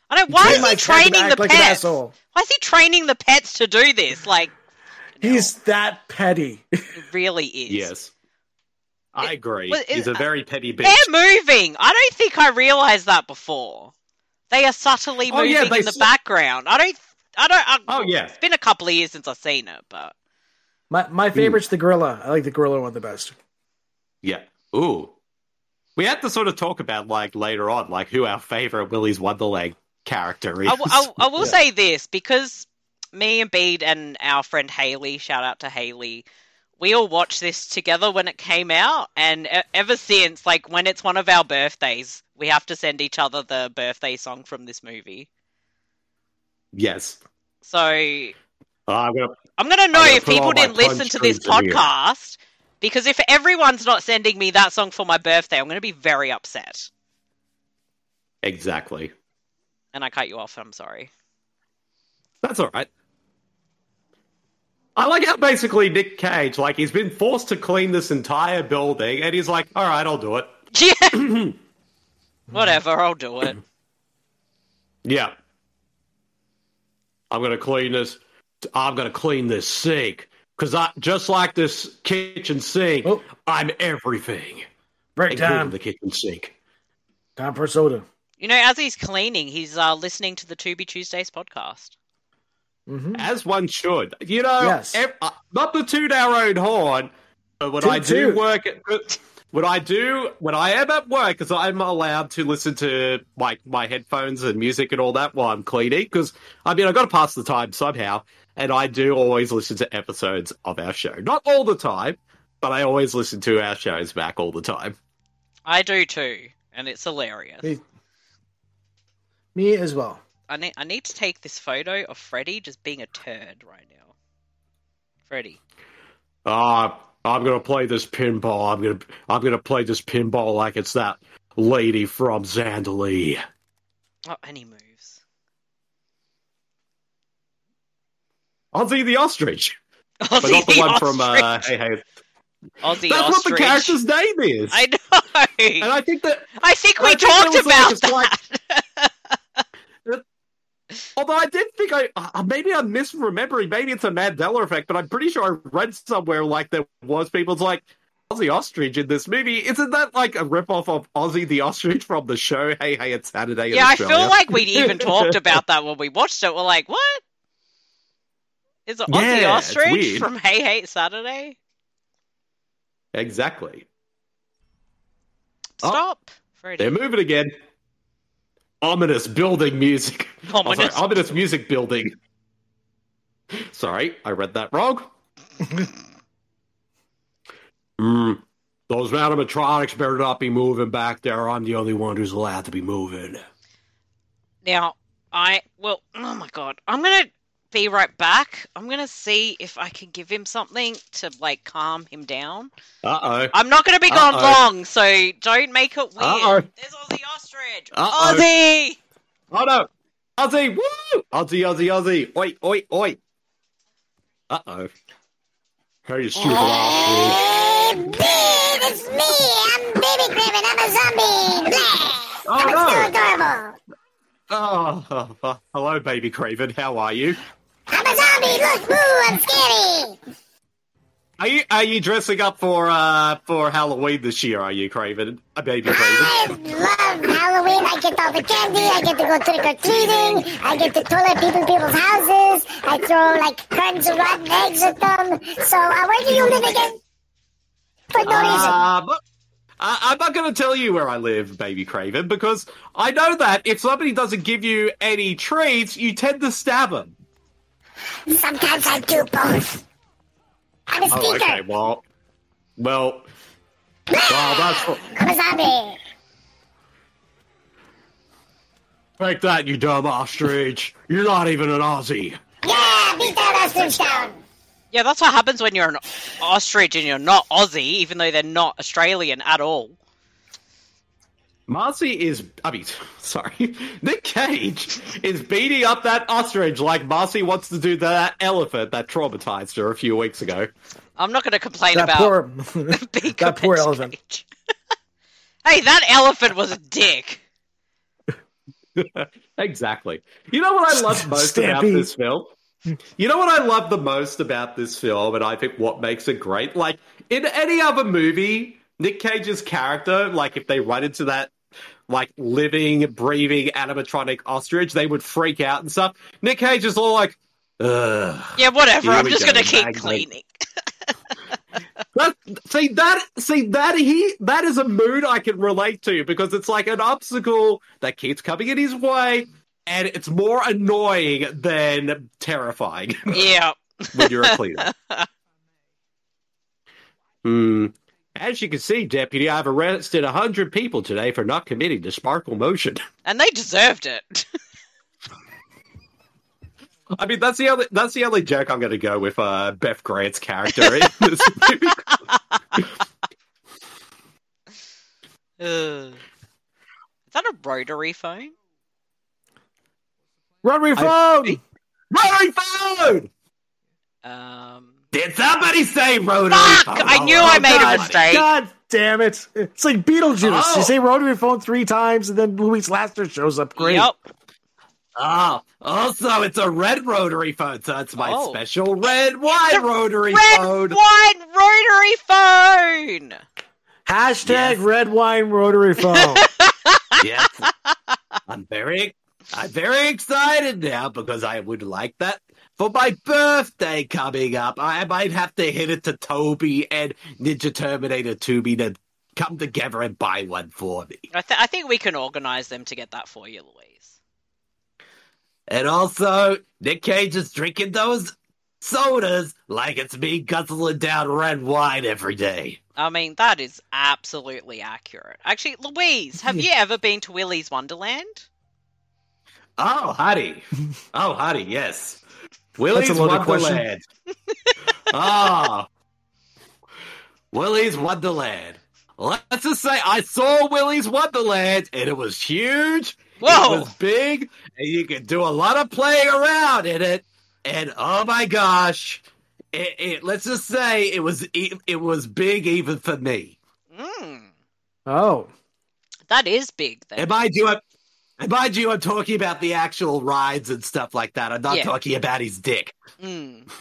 S6: I don't. Why
S8: trained
S6: is
S8: my
S6: he
S8: cat to
S6: training
S8: act
S6: the
S8: like an
S6: pets?
S8: asshole.
S6: Why is he training the pets to do this? Like
S8: He's that petty.
S6: it really is.
S7: yes. I agree.
S6: well, it-
S7: He's a very petty bitch.
S6: They're moving. I don't think I realized that before. They are subtly
S7: Oh,
S6: moving
S7: yeah, they
S6: in the
S7: sl-
S6: background. I don't. I don't. I,
S7: Oh, yeah.
S6: It's been a couple of years since I've seen it, but
S8: My my favorite's the gorilla. I like the gorilla one the best.
S7: Yeah. Ooh. We had to sort of talk about like later on, like who our favorite Willy's Wonderland character is.
S6: I, w- I w- I will
S7: Yeah.
S6: say this because me and Bede and our friend Haley, shout out to Haley, we all watched this together when it came out, and e- ever since, like when it's one of our birthdays, we have to send each other the birthday song from this movie.
S7: Yes.
S6: So I'm
S7: Uh, I'm gonna.
S6: going to know
S7: I'm gonna
S6: if
S7: put
S6: people
S7: all my
S6: didn't listen
S7: punch
S6: to this
S7: throughs in here.
S6: podcast because if everyone's not sending me that song for my birthday, I'm going to be very upset.
S7: Exactly.
S6: And I cut you off. I'm sorry.
S7: That's all right. I like how basically Nick Cage, like, he's been forced to clean this entire building, and he's like, all right, I'll do it.
S6: Yeah.
S7: Mm-hmm.
S6: Whatever, I'll do it.
S7: [CLEARS THROAT] Yeah. I'm gonna clean this. I'm gonna clean this sink because I just like this kitchen sink. I'm everything,
S8: Oh. Break
S7: including
S8: down.
S7: the kitchen sink.
S8: Time for a soda.
S6: You know, as he's cleaning, he's uh, listening to the To Be Tuesdays podcast.
S7: As one should, you know.
S6: Yes.
S7: ev- uh, not the toot our own horn, but when
S8: Toot,
S7: I do
S8: toot.
S7: work, at, when I do, when I am at work, because I'm allowed to listen to like my headphones and music and all that while I'm cleaning. Because I mean, I've got to pass the time somehow, and I do always listen to episodes of our show. Not all the time, but I always listen to our shows back all the time.
S6: I do too, and it's hilarious.
S8: Me, me as well.
S6: I need I need to take this photo of Freddy just being a turd right now. Freddy.
S7: Ah, I'm gonna play this pinball. I'm gonna I'm gonna play this pinball like it's that lady from Zandalee.
S6: Oh, and he moves.
S7: Ozzy
S6: [LAUGHS]
S7: the ostrich.
S6: Ozzy
S7: but not the,
S6: the
S7: one from uh,
S6: Ostrich.
S7: Hey Hey.
S6: Ozzy
S7: That's what the
S6: Ostrich. [LAUGHS]
S7: character's name is.
S6: [LAUGHS] I know. And
S7: I think that
S6: I think we
S7: I think
S6: talked
S7: there was,
S6: about
S7: like, a
S6: that.
S7: Although I did think I uh, maybe I'm misremembering. Maybe it's a Mandela effect, but I'm pretty sure I read somewhere like there was people's like Ozzy Ostrich in this movie. Isn't that like a ripoff of Ozzy the Ostrich from the show Hey Hey It's Saturday? in
S6: yeah, I
S7: Australia?
S6: feel like we'd even
S7: [LAUGHS]
S6: talked about that when we watched it. We're like, what? Is it Ozzy
S7: Yeah, it's
S6: Ostrich
S7: weird.
S6: from Hey Hey Saturday?
S7: exactly. Oh,
S6: Stop, Freddy.
S7: They're moving again. Ominous building music. Oh, sorry,
S6: Ominous.
S7: ominous music building. Sorry, I read that wrong. Mm, those animatronics better not be moving back there. I'm the only one who's allowed to be moving.
S6: Now, I well, oh my god, I'm gonna be right back. I'm gonna see if I can give him something to like calm him down.
S7: Uh oh.
S6: I'm not gonna be gone long, so don't make it weird.
S7: Uh-oh.
S6: There's Ozzy Ostrich.
S7: Uh-oh.
S6: Ozzy.
S7: Oh no. Ozzy, woo! Ozzy, Ozzy, Ozzy. Oi, oi, oi. Uh oh. Hey, you stupid ass.
S16: it's me. I'm Baby Craven. I'm a zombie. Blah.
S7: Oh,
S16: I'm
S7: no.
S16: so adorable.
S7: Oh, oh, [LAUGHS] hello, baby Craven. How are you?
S16: I'm a zombie. Look, woo, I'm scary.
S7: Are you are you dressing up for uh for Halloween this year? Are you Craven? A baby Craven.
S16: Love Halloween. I get all the candy. I get to go trick or treating. I get to toilet people in people's houses. I throw like curtains of rotten eggs at them. So, uh, where do you live again? For [LAUGHS] no reason.
S7: Uh, but I, I'm not going to tell you where I live, baby Craven, because I know that if somebody doesn't give you any treats, you tend to stab them.
S16: Sometimes I do both. I'm a speaker.
S7: Oh, okay. Well, well, well that's
S16: I'm a zombie.
S7: like that, you dumb ostrich. You're not even an Aussie.
S16: Yeah, beat that ostrich down.
S6: Yeah, that's what happens when you're an ostrich and you're not Aussie, even though they're not Australian at all.
S7: Marcy is, I mean, [LAUGHS] sorry, Nick Cage is beating up that ostrich like Marcy wants to do to that elephant that traumatized her a few weeks ago.
S6: I'm not going to complain
S8: That
S6: about.
S8: poor,
S6: [LAUGHS]
S8: [LAUGHS] that poor elephant.
S6: Hey, that elephant was a dick.
S7: [LAUGHS] exactly. You know what I
S8: [LAUGHS]
S11: [LAUGHS]
S7: love most about
S8: Stampede.
S7: this film? You know what I love the most about this film, and I think what makes it great? Like, in any other movie, Nick Cage's character, like, if they run into that, like, living, breathing animatronic ostrich, they would freak out and stuff. Nick Cage is all like, ugh.
S6: Yeah, whatever.
S7: Here
S6: I'm
S7: we
S6: just
S7: go,
S6: going to keep
S7: magnet.
S6: cleaning.
S7: That, see that see that he that is a mood I can relate to because it's like an obstacle that keeps coming in his way and it's more annoying than terrifying [LAUGHS]
S6: Yeah.
S7: when you're a cleaner. Hmm. As you can see, deputy, I've arrested hundred people today for not committing to sparkle motion.
S6: And they deserved it.
S7: [LAUGHS] I mean, that's the only that's the only joke I'm going to go with uh, Beth Grant's character in this movie.
S6: [LAUGHS] Ugh. Is that a rotary phone?
S8: Rotary
S6: I-
S8: phone!
S7: Rotary phone!
S6: Um,
S7: Did somebody say Oh, rotary phone?
S6: I knew I made a
S8: God,
S6: mistake.
S8: God damn it. It's like Beetlejuice.
S7: Oh.
S8: You say rotary phone three times, and then Luis Laster shows up. Great.
S6: Yep.
S7: Ah, also, it's a red rotary phone, so it's my
S6: Oh.
S11: [LAUGHS]
S7: special red wine rotary
S6: Red
S7: phone.
S6: wine rotary phone.
S8: Hashtag red wine rotary phone.
S7: yes. I'm very I'm very excited now because I would like that for my birthday coming up. I might have to hit it to Toby and Ninja Terminator Toby to come together and buy one for me.
S6: I, th- I think we can organize them to get that for you, Louise.
S7: And also, Nick Cage is drinking those sodas like it's me guzzling down red wine every day.
S6: I mean, that is absolutely accurate. Actually, Louise, have you ever been to Willy's Wonderland?
S7: Oh,
S8: [LAUGHS]
S7: honey. Oh, honey, yes. Willie's
S8: That's a loaded [LAUGHS]
S7: Wonderland. Ah. Willie's Wonderland. Let's just say I saw Willie's Wonderland and it was huge.
S6: Whoa.
S7: It was big and you could do a lot of playing around in it. And oh my gosh. It, it, let's just say it was e- it was big even for me.
S6: Mm,
S8: oh.
S6: that is big, then.
S7: And mind you, I'm, and mind you, I'm talking about the actual rides and stuff like that. I'm not
S6: Yeah.
S7: talking about his dick.
S6: Mm.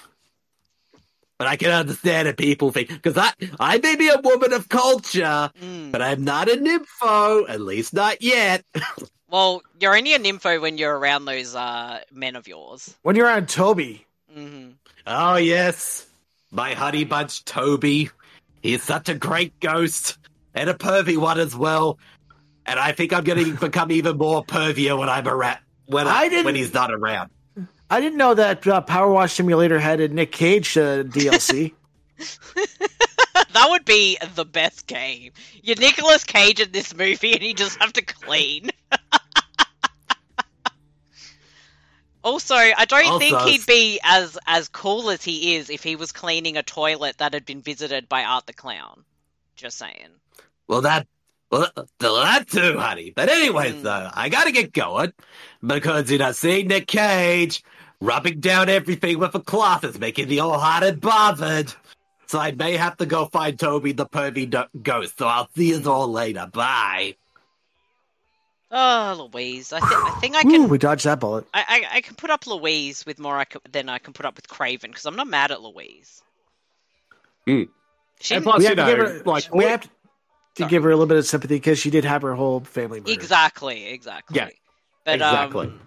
S7: But I can understand if people think because I I may be a woman of culture,
S6: Mm.
S7: but I'm not a nympho, at least not yet. [LAUGHS]
S6: Well, you're only a nympho when you're around those uh, men of yours.
S8: When you're on Toby.
S6: hmm
S7: Oh yes, my honey bunch Toby, he's such a great ghost and a pervy one as well. And I think I'm going to become even more pervier when I'm around when I,
S8: I didn't-
S7: when he's not around.
S8: I didn't know that uh, Power Wash Simulator had a Nick
S6: [LAUGHS]
S8: Cage uh, DLC.
S6: that would be the best game. You're Nicolas Cage in this movie, and you just have to clean. [LAUGHS] also, I don't think
S7: Also-
S6: he'd be as as cool as he is if he was cleaning a toilet that had been visited by Art the Clown. Just saying.
S7: Well, that. Well, th- that too, honey. But anyways, though, I gotta get going because you know, seeing Nick Cage rubbing down everything with a cloth is making me all hot and bothered. So I may have to go find Toby the pervy do- ghost. So I'll see you all later. Bye.
S6: Oh, Louise, I, th- I think I
S8: Ooh,
S6: can.
S8: we dodged that bullet.
S6: I, I, I can put up Louise with more I c- than I can put up with Craven because I'm not mad at Louise.
S7: Mm.
S6: She
S7: And
S8: Hmm.
S7: plus,
S8: We
S7: you
S8: have to
S7: know,
S8: give her,
S7: like
S8: we have to
S6: Sorry.
S8: give her a little bit of sympathy because she did have her whole family murdered.
S6: Exactly, exactly.
S7: Yeah,
S6: but,
S7: exactly.
S6: Um,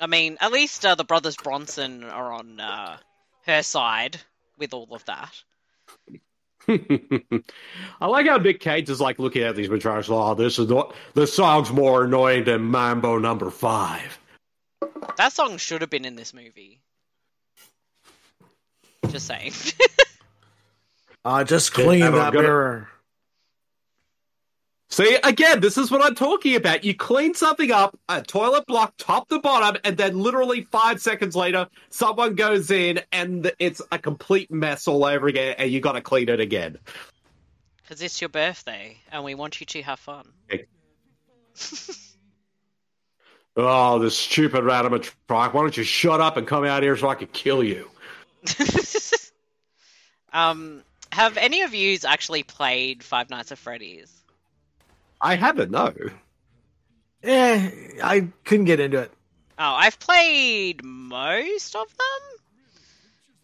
S6: I mean, at least uh, the brothers Bronson are on uh, her side with all of that.
S7: [LAUGHS] I like how Nick Cage is like looking at these guitars. Oh, this is not. This song's more annoying than Mambo Number Five.
S6: That song should have been in this movie. Just saying. [LAUGHS]
S8: Uh, just clean
S7: I'm
S8: that
S7: gonna-
S8: mirror.
S7: See, again, this is what I'm talking about. You clean something up, a toilet block top to bottom, and then literally five seconds later, someone goes in and it's a complete mess all over again, and you got to clean
S8: [LAUGHS]
S7: it again.
S6: Because it's your birthday and we want you to have fun.
S7: Oh, this stupid ratamatrak. Why don't you shut up and come out here so I could kill you?
S6: um, have any of yous actually played Five Nights at Freddy's?
S7: I haven't, no.
S8: Eh, I couldn't get into it.
S6: Oh, I've played most of them.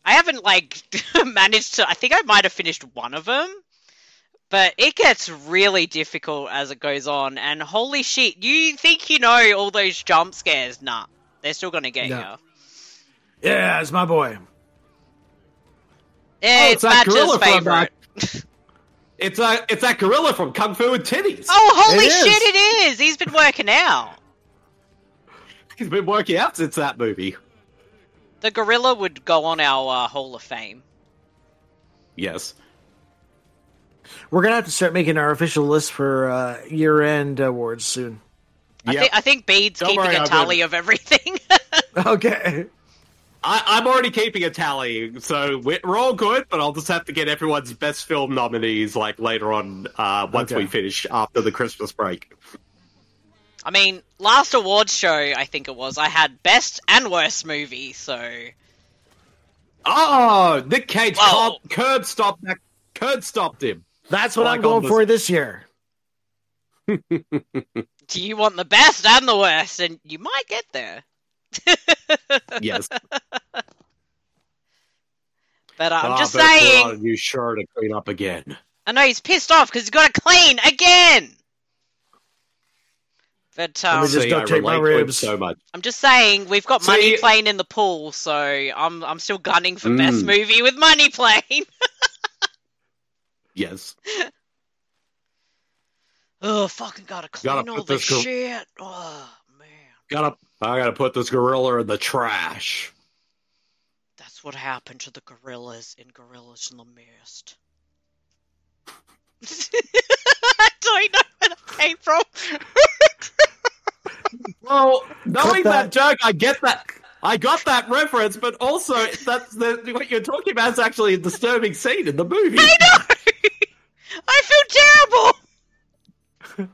S6: I haven't like [LAUGHS] managed to. I think I might have finished one of them, but it gets really difficult as it goes on. And holy shit, you think you know all those jump scares? Nah, they're still gonna get
S8: No.
S6: you.
S8: Yeah, it's my boy.
S6: Yeah,
S7: Oh,
S6: it's
S7: it's that
S6: Badger's
S7: gorilla from, uh,
S6: favorite.
S7: [LAUGHS] It's a, it's that gorilla from Kung Fu and Titties.
S6: Oh, holy
S8: It is.
S6: shit, it is. He's been working out.
S7: He's been working out since that movie.
S6: The gorilla would go on our uh, Hall of Fame.
S7: Yes.
S8: We're gonna have to start making our official list for uh, year-end awards soon.
S6: I, thi- I think Bede's
S7: Don't
S6: keeping
S7: worry,
S6: a
S7: I'll do
S6: tally
S7: it.
S6: of everything.
S8: Okay.
S7: I, I'm already keeping a tally, so we're, we're all good. But I'll just have to get everyone's best film nominees like later on uh, once
S6: Okay.
S7: we finish after the Christmas break.
S6: I mean, last awards show, I think it was, I had best and worst movie, so.
S7: Oh, Nick Cage curb, curb stopped that. Curb stopped him.
S8: That's what I'm going for this year.
S6: Do you want the best and the worst? And you might get there.
S7: [LAUGHS] Yes,
S6: But uh, I'm
S7: Ah,
S6: just
S7: but put
S6: saying,
S7: on a new shirt and clean up again.
S6: I know he's pissed off because he's got to clean again. But um,
S7: Let me just Oh, See, go I take my relate to him ribs. so much.
S6: I'm just saying we've got money
S7: See-
S6: playing in the pool, so I'm I'm still gunning for best
S7: Mm.
S6: movie with money playing.
S7: Yes,
S6: [LAUGHS] oh fucking gotta clean
S7: Gotta
S6: all
S7: put
S6: this
S7: this gor-
S6: shit. Oh,
S7: gotta. I gotta put this gorilla in the trash.
S6: that's what happened to the gorillas in Gorillas in the Mist. [LAUGHS] I don't know where that came from.
S7: Well, knowing that. joke, I get that. I got that reference, but also that's the, what you're talking about is actually a disturbing scene in the movie. [LAUGHS]
S6: I feel terrible.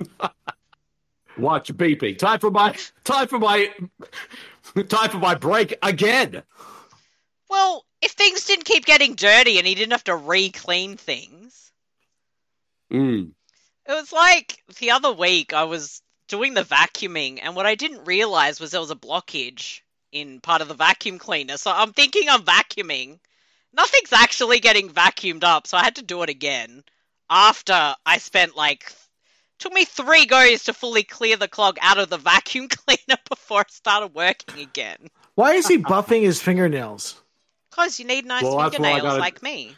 S7: [LAUGHS] Watch beeping. Time for my time for my time for my break again.
S6: Well, if things didn't keep getting dirty and he didn't have to re-clean things,
S7: Mm.
S6: It was like the other week I was doing the vacuuming, and what I didn't realize was there was a blockage in part of the vacuum cleaner. So I'm thinking I'm vacuuming. Nothing's actually getting vacuumed up, so I had to do it again after I spent like. Took me three goes to fully clear the clog out of the vacuum [LAUGHS] cleaner before it started working again.
S8: Why is he buffing his fingernails?
S6: Because you need nice
S7: Well, that's what I
S6: fingernails
S7: gotta-
S6: like me.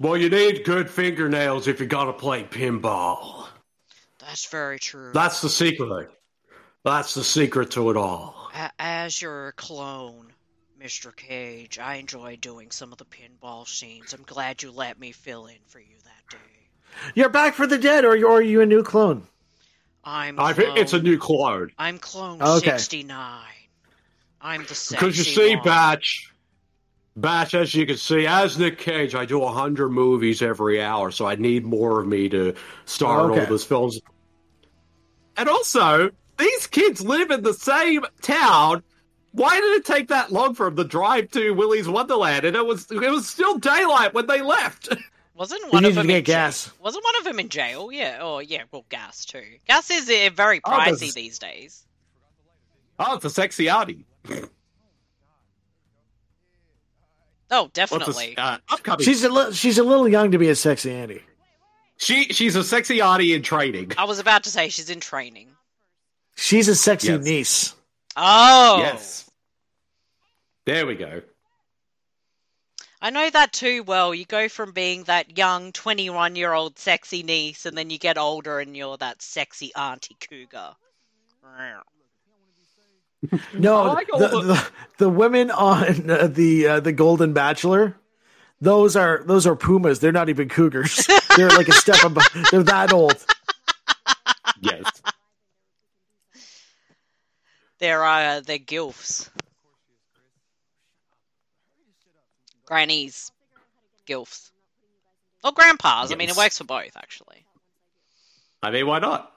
S7: Well, you need good fingernails if you got to play pinball.
S6: That's very true.
S7: That's the secret. That's the secret to it all.
S6: A- As your clone, Mr. Cage, I enjoy doing some of the pinball scenes. I'm glad you let me fill in for you.
S8: You're back for the dead, or you- or are you a new clone?
S6: I'm
S7: I think it's a new clone
S6: I'm clone
S8: Okay.
S6: 69. I'm the sexy
S7: because you see,
S6: one.
S7: Batch, Batch, as you can see, as Nick Cage, I do hundred movies every hour, so I need more of me to star in
S12: Okay.
S7: all those films. And also, these kids live in the same town. Why did it take that long for them to drive to Willy's Wonderland? And it was it was still daylight when they left.
S6: Wasn't [LAUGHS]
S7: We
S6: one of
S7: needed
S6: them
S7: to get
S6: in jail-
S7: gas.
S6: Wasn't one of them in jail? Yeah. Oh, yeah. Well, gas too. Gas is uh, very
S7: Oh,
S6: pricey
S7: there's-
S6: these days.
S7: Oh, it's a sexy outie.
S6: Oh,
S7: What's this,
S6: definitely.
S7: uh, upcoming.
S8: She's a li- she's a little young to be a sexy Andy.
S7: She she's a sexy Audie in training.
S6: I was about to say she's in training.
S8: She's a sexy niece.
S6: Oh,
S7: Yes. There we go.
S6: I know that too well. You go from being that young 21 year old sexy niece, and then you get older and you're that sexy auntie cougar.
S8: No,
S6: I like all
S8: the,
S6: the-
S8: the the women on [LAUGHS] uh, the uh, the Golden Bachelor, those are those are pumas. They're not
S6: [LAUGHS]
S8: even cougars. they're like a step above. They're that old.
S7: Yes.
S6: They're, uh, they're gilfs. Grannies. Gilfs. Or grandpas. I mean, it
S7: Yes.
S6: works for both, actually.
S7: I mean, why not?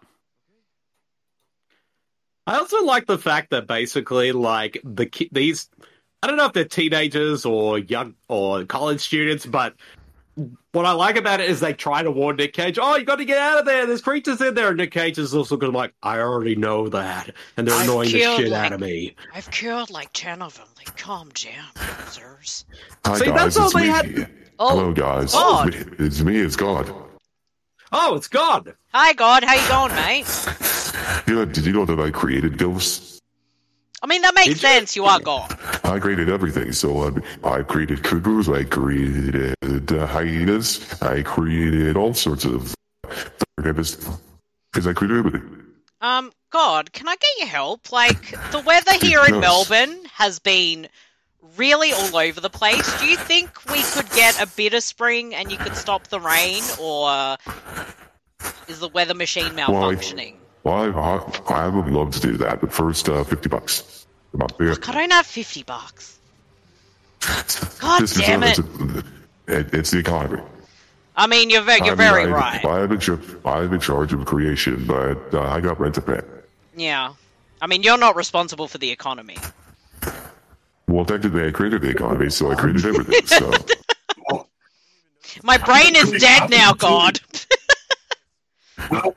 S7: I also like the fact that basically, like the ki- these, I don't know if they're teenagers or young or college students, but what I like about it is they try to warn Nick Cage, "Oh, you got to get out of there. There's creatures in there." And Nick Cage is also looking like, "I already know that," and they're
S6: I've
S7: annoying the
S6: killed,
S7: shit
S6: like-
S7: out of
S6: [LAUGHS]
S7: me.
S6: I've cured like 10 of them. Like, calm down, losers.
S12: Hi
S7: See,
S12: guys,
S7: that's all
S12: it's
S7: they
S12: me.
S7: had-
S12: Hello guys,
S6: Oh, God.
S12: It's, me. it's me, it's God.
S7: Oh, it's God.
S6: Hi, God. How you going, mate?
S12: You know, did you know that I created ghosts?
S6: I mean, that makes sense. You are God.
S12: I created everything. So um, I created cougars, I created uh, hyenas, I created all sorts of because I created everything.
S6: Um, God, can I get your help? Like, the weather here in
S12: Yes.
S6: Melbourne has been really all over the place. Do you think we could get a bit of spring and you could stop the rain, or is the weather machine
S12: Well, I-
S6: malfunctioning?
S12: Well, I, I, I would love to do that, but first, uh, 50 bucks. Not there.
S6: I don't have 50 bucks. God
S12: This is
S6: damn
S12: a-
S6: it.
S12: It's, a- it's the economy.
S6: I mean, you're, ve- you're
S12: I mean,
S6: very
S12: I-
S6: right.
S12: I'm in, char- I'm in charge of creation, but uh, I got rent to pay.
S6: Yeah. I mean, you're not responsible for the economy.
S12: Well, technically, I created the economy, so I created everything.
S6: [LAUGHS]
S12: So
S6: My brain
S7: [LAUGHS]
S6: is dead now, God.
S17: Well,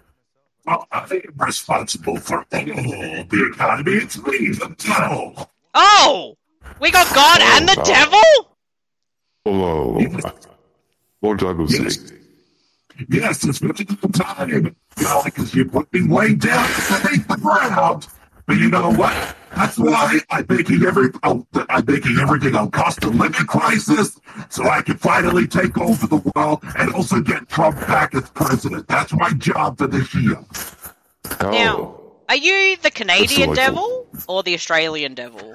S17: I am responsible for all the economy. It's me, the devil.
S6: Oh! We got God and the
S12: wow.
S6: devil? [LAUGHS]
S12: hello, long time no see.
S17: Yes, it's been a long time. You know, because you put me way down beneath the ground. But you know what? That's why I'm making every oh, I'm making everything on cost of living crisis, so I can finally take over the world and also get Trump back as president. That's my job for this year.
S6: Now, are you the Canadian
S17: That's delightful.
S6: devil or the Australian devil?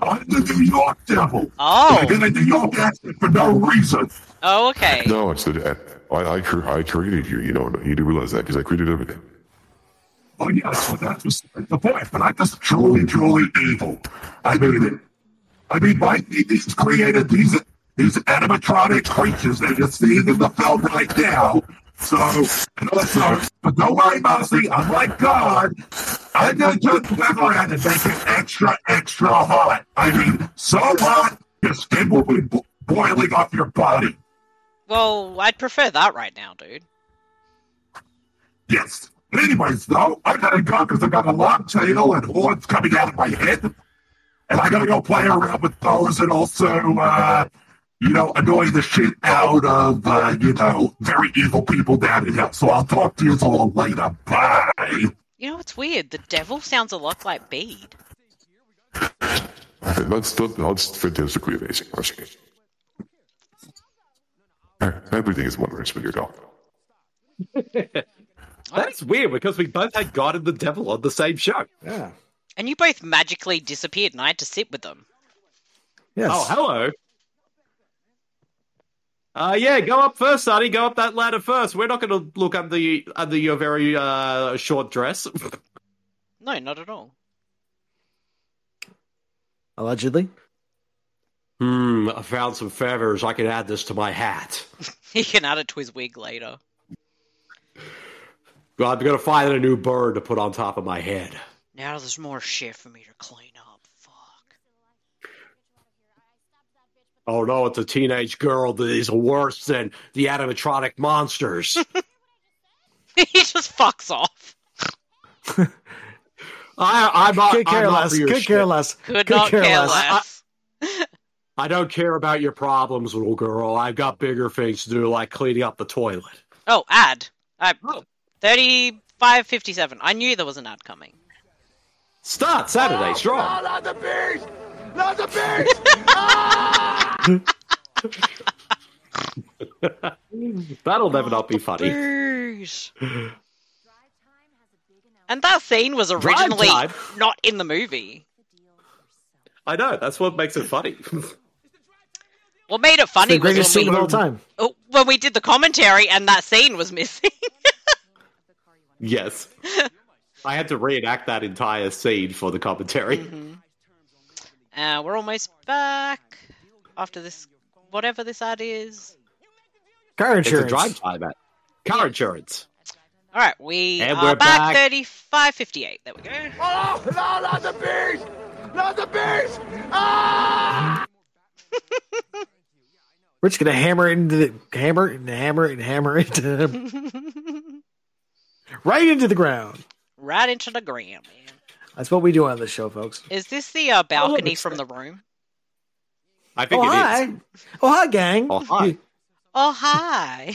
S17: I'm the New York devil.
S6: Oh.
S17: I got a New York accent for no reason.
S6: Oh, okay.
S12: No, I said I, I, cre- I created you. You don't you do realize that because I created everything.
S17: Oh yes, well, that was the point. But I was truly, truly evil. I mean it. I mean, my these created these these animatronic creatures that you're seeing in the film right now. So, and also, but don't worry, Mousy. I'm like God. I'm gonna just clever at it, make it extra, extra hot. I mean, so hot your skin will be bo- boiling off your body.
S6: Well, I'd prefer that right now, dude.
S17: Yes. Anyways, though, I gotta go because I got a long tail and horns coming out of my head. And I gotta go play around with those and also, uh, you know, annoy the shit out of, uh, you know, very evil people down in hell. So I'll talk to you all later. Bye.
S6: You know, it's weird. The devil sounds a lot like Bede.
S12: That's that- that's fantastically amazing. Marcy. Everything is wondrous when you're gone.
S7: That's weird because we both had God and the Devil on the same show.
S8: Yeah.
S6: And you both magically disappeared, and I had to sit with them.
S8: Yes.
S7: Oh, hello. Uh, yeah, go up first, Sonny. Go up that ladder first. We're not going to look under, you, under your very uh, short dress. [LAUGHS]
S6: No, not at all. [LAUGHS]
S8: Allegedly.
S7: Hmm, I found some feathers. I can add this to my hat.
S6: He can add it to his wig later.
S7: Well, I'm going to find a new bird to put on top of my head.
S6: Now there's more shit for me to clean up.
S7: Oh no, it's a teenage girl that is worse than the
S8: [LAUGHS]
S7: animatronic monsters.
S6: he just [LAUGHS] fucks
S7: [LAUGHS]
S6: off.
S7: I, I'm not.
S8: Could care
S7: I'm not
S8: less.
S7: for your
S8: Could
S7: shit.
S8: care less.
S6: Could Could not care care less. less.
S7: I, I don't care about your problems, little girl. I've got bigger things to do, like cleaning up the toilet.
S6: Oh, ad. I, 35.57. I knew there was an ad coming.
S7: Start Saturday strong.
S14: not the beast! Not the beast! Ah!
S7: That'll never not be funny. [LAUGHS]
S6: Boosh. And that scene was
S7: Drive
S6: originally
S7: time?
S6: not in the movie.
S7: I know. That's what makes it [LAUGHS] funny.
S6: What made it funny
S7: the
S6: was
S7: greatest
S6: when
S7: scene
S6: we,
S7: of all time.
S6: Oh, when we did the commentary and that scene was missing. [LAUGHS]
S7: yes. I had to reenact that entire scene for the commentary.
S8: Mm-hmm.
S6: Uh, we're almost back after this, whatever this ad is.
S8: Car
S7: It's a
S8: insurance.
S7: drive time at car insurance.
S6: All right, we
S7: And
S6: are
S7: we're
S6: back.
S7: back.
S6: Thirty-five fifty-eight. There we go.
S14: Oh, no, not the beast! Not the beast! Ah!
S8: We're just gonna hammer into the hammer and hammer and hammer into them. [LAUGHS] right into the ground.
S6: Right into the gram.
S8: That's what we do on this show, folks.
S6: Is this the uh, balcony
S8: it's
S6: from the room?
S7: I
S8: oh
S7: it is.
S8: hi, oh hi, gang.
S7: Oh hi.
S8: You,
S6: Oh hi.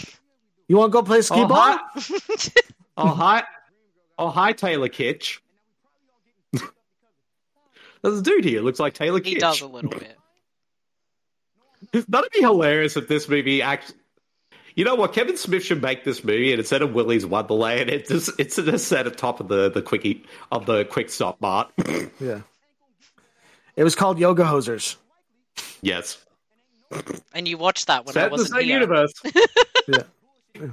S8: you want to go play skee
S7: Oh,
S8: ball?
S7: hi. Oh hi, oh hi, Taylor Kitsch. [LAUGHS] There's a dude here. Looks like Taylor
S6: [LAUGHS]
S7: Kitsch.
S6: he does a little bit.
S7: That'd be hilarious if this movie actually. You know what? Kevin Smith should make this movie, and instead of Willy's Wonderland, it just it's just set at top of the the quickie of the quick stop
S8: [LAUGHS]
S7: mart.
S8: Yeah. It was called Yoga Hosers.
S7: yes,
S6: And you watched that when
S7: Set
S6: I
S7: in the
S6: wasn't
S7: same
S6: here. [LAUGHS]
S7: universe.
S8: yeah.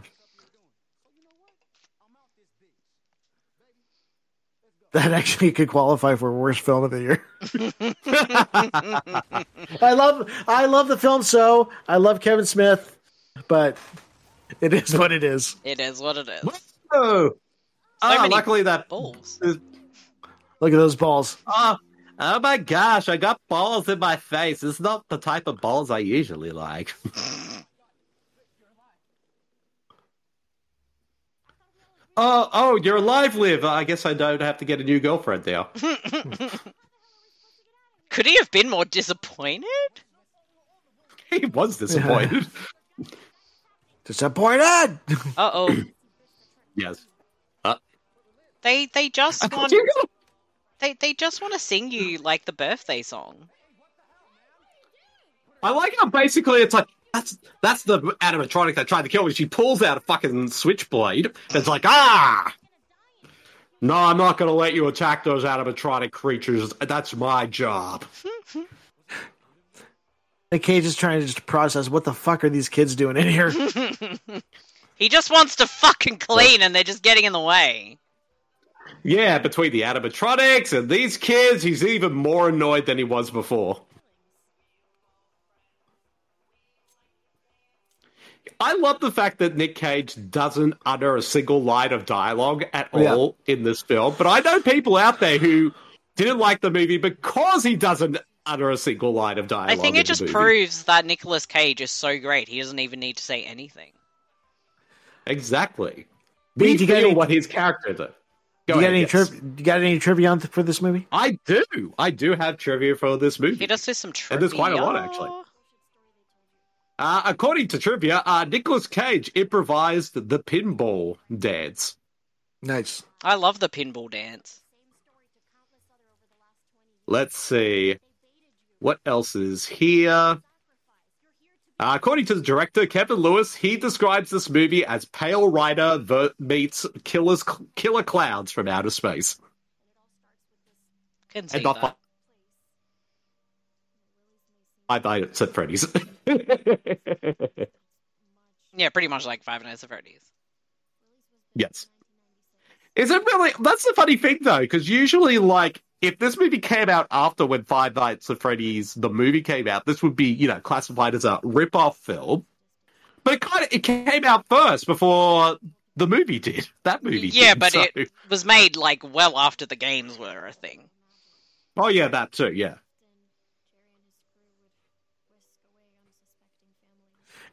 S8: that actually could qualify for worst film of the
S7: [LAUGHS]
S8: year. I love I love the film so I love Kevin Smith, but it is what it is.
S6: It is what it is.
S7: Oh, ah,
S6: many
S7: luckily that
S6: balls. [LAUGHS]
S8: Look at those balls.
S7: Ah, oh my gosh, I got balls in my face. It's not the type of balls I usually like. [LAUGHS] oh, oh, you're alive, Liv. I guess I don't have to get a new girlfriend now.
S6: Could he have been more disappointed?
S7: He was disappointed.
S8: [LAUGHS] Disappointed.
S6: Uh oh.
S7: yes.
S6: They they just want
S7: you
S6: they they just want to sing you like the birthday
S7: [LAUGHS]
S6: song.
S7: I like how basically it's like that's that's the animatronic that tried to kill me. She pulls out a fucking switchblade. It's like ah. No, I'm not going to let you attack those animatronic creatures. That's my job.
S8: The cage is trying to just process what the fuck are these kids doing in here?
S6: [LAUGHS] he just wants to fucking clean, and they're just getting in the way.
S7: Yeah, between the animatronics and these kids, he's even more annoyed than he was before. I love the fact that Nick Cage doesn't utter a single line of dialogue at
S8: Yeah.
S7: all in this film, but I know people out there who didn't like the movie because he doesn't utter a single line of dialogue.
S6: I think
S7: in
S6: it just
S7: the movie.
S6: proves that Nicolas Cage is so great he doesn't even need to say anything.
S8: Wait,
S7: exactly. We
S8: do you get
S7: feel
S8: any-
S7: what his character is.
S8: Do you got any trip? You got any trivia on th- for this movie?
S7: I do. I do have trivia for this movie.
S6: Hit us with some trivia.
S7: And there's quite a lot, actually. Uh, according to trivia, uh, Nicolas Cage improvised the pinball dance.
S8: Nice.
S6: I love the pinball dance.
S7: Let's see. What else is here? Uh, according to the director, Kevin Lewis, he describes this movie as Pale Rider ver- meets killers, Killer Clouds from Outer Space.
S6: Can see
S7: And not
S6: that.
S7: I buy it, said Freddy's. [LAUGHS]
S6: Yeah, pretty much like Five Nights at Freddy's.
S7: Yes. Is it really? That's the funny thing, though, because usually, like, if this movie came out after when Five Nights at Freddy's the movie came out, this would be, you know, classified as a rip-off film. But it kind of it came out first before the movie did. That movie,
S6: Yeah,
S7: did,
S6: but
S7: [LAUGHS] so-
S6: it was made like well after the games were a thing.
S7: oh yeah, that too, yeah.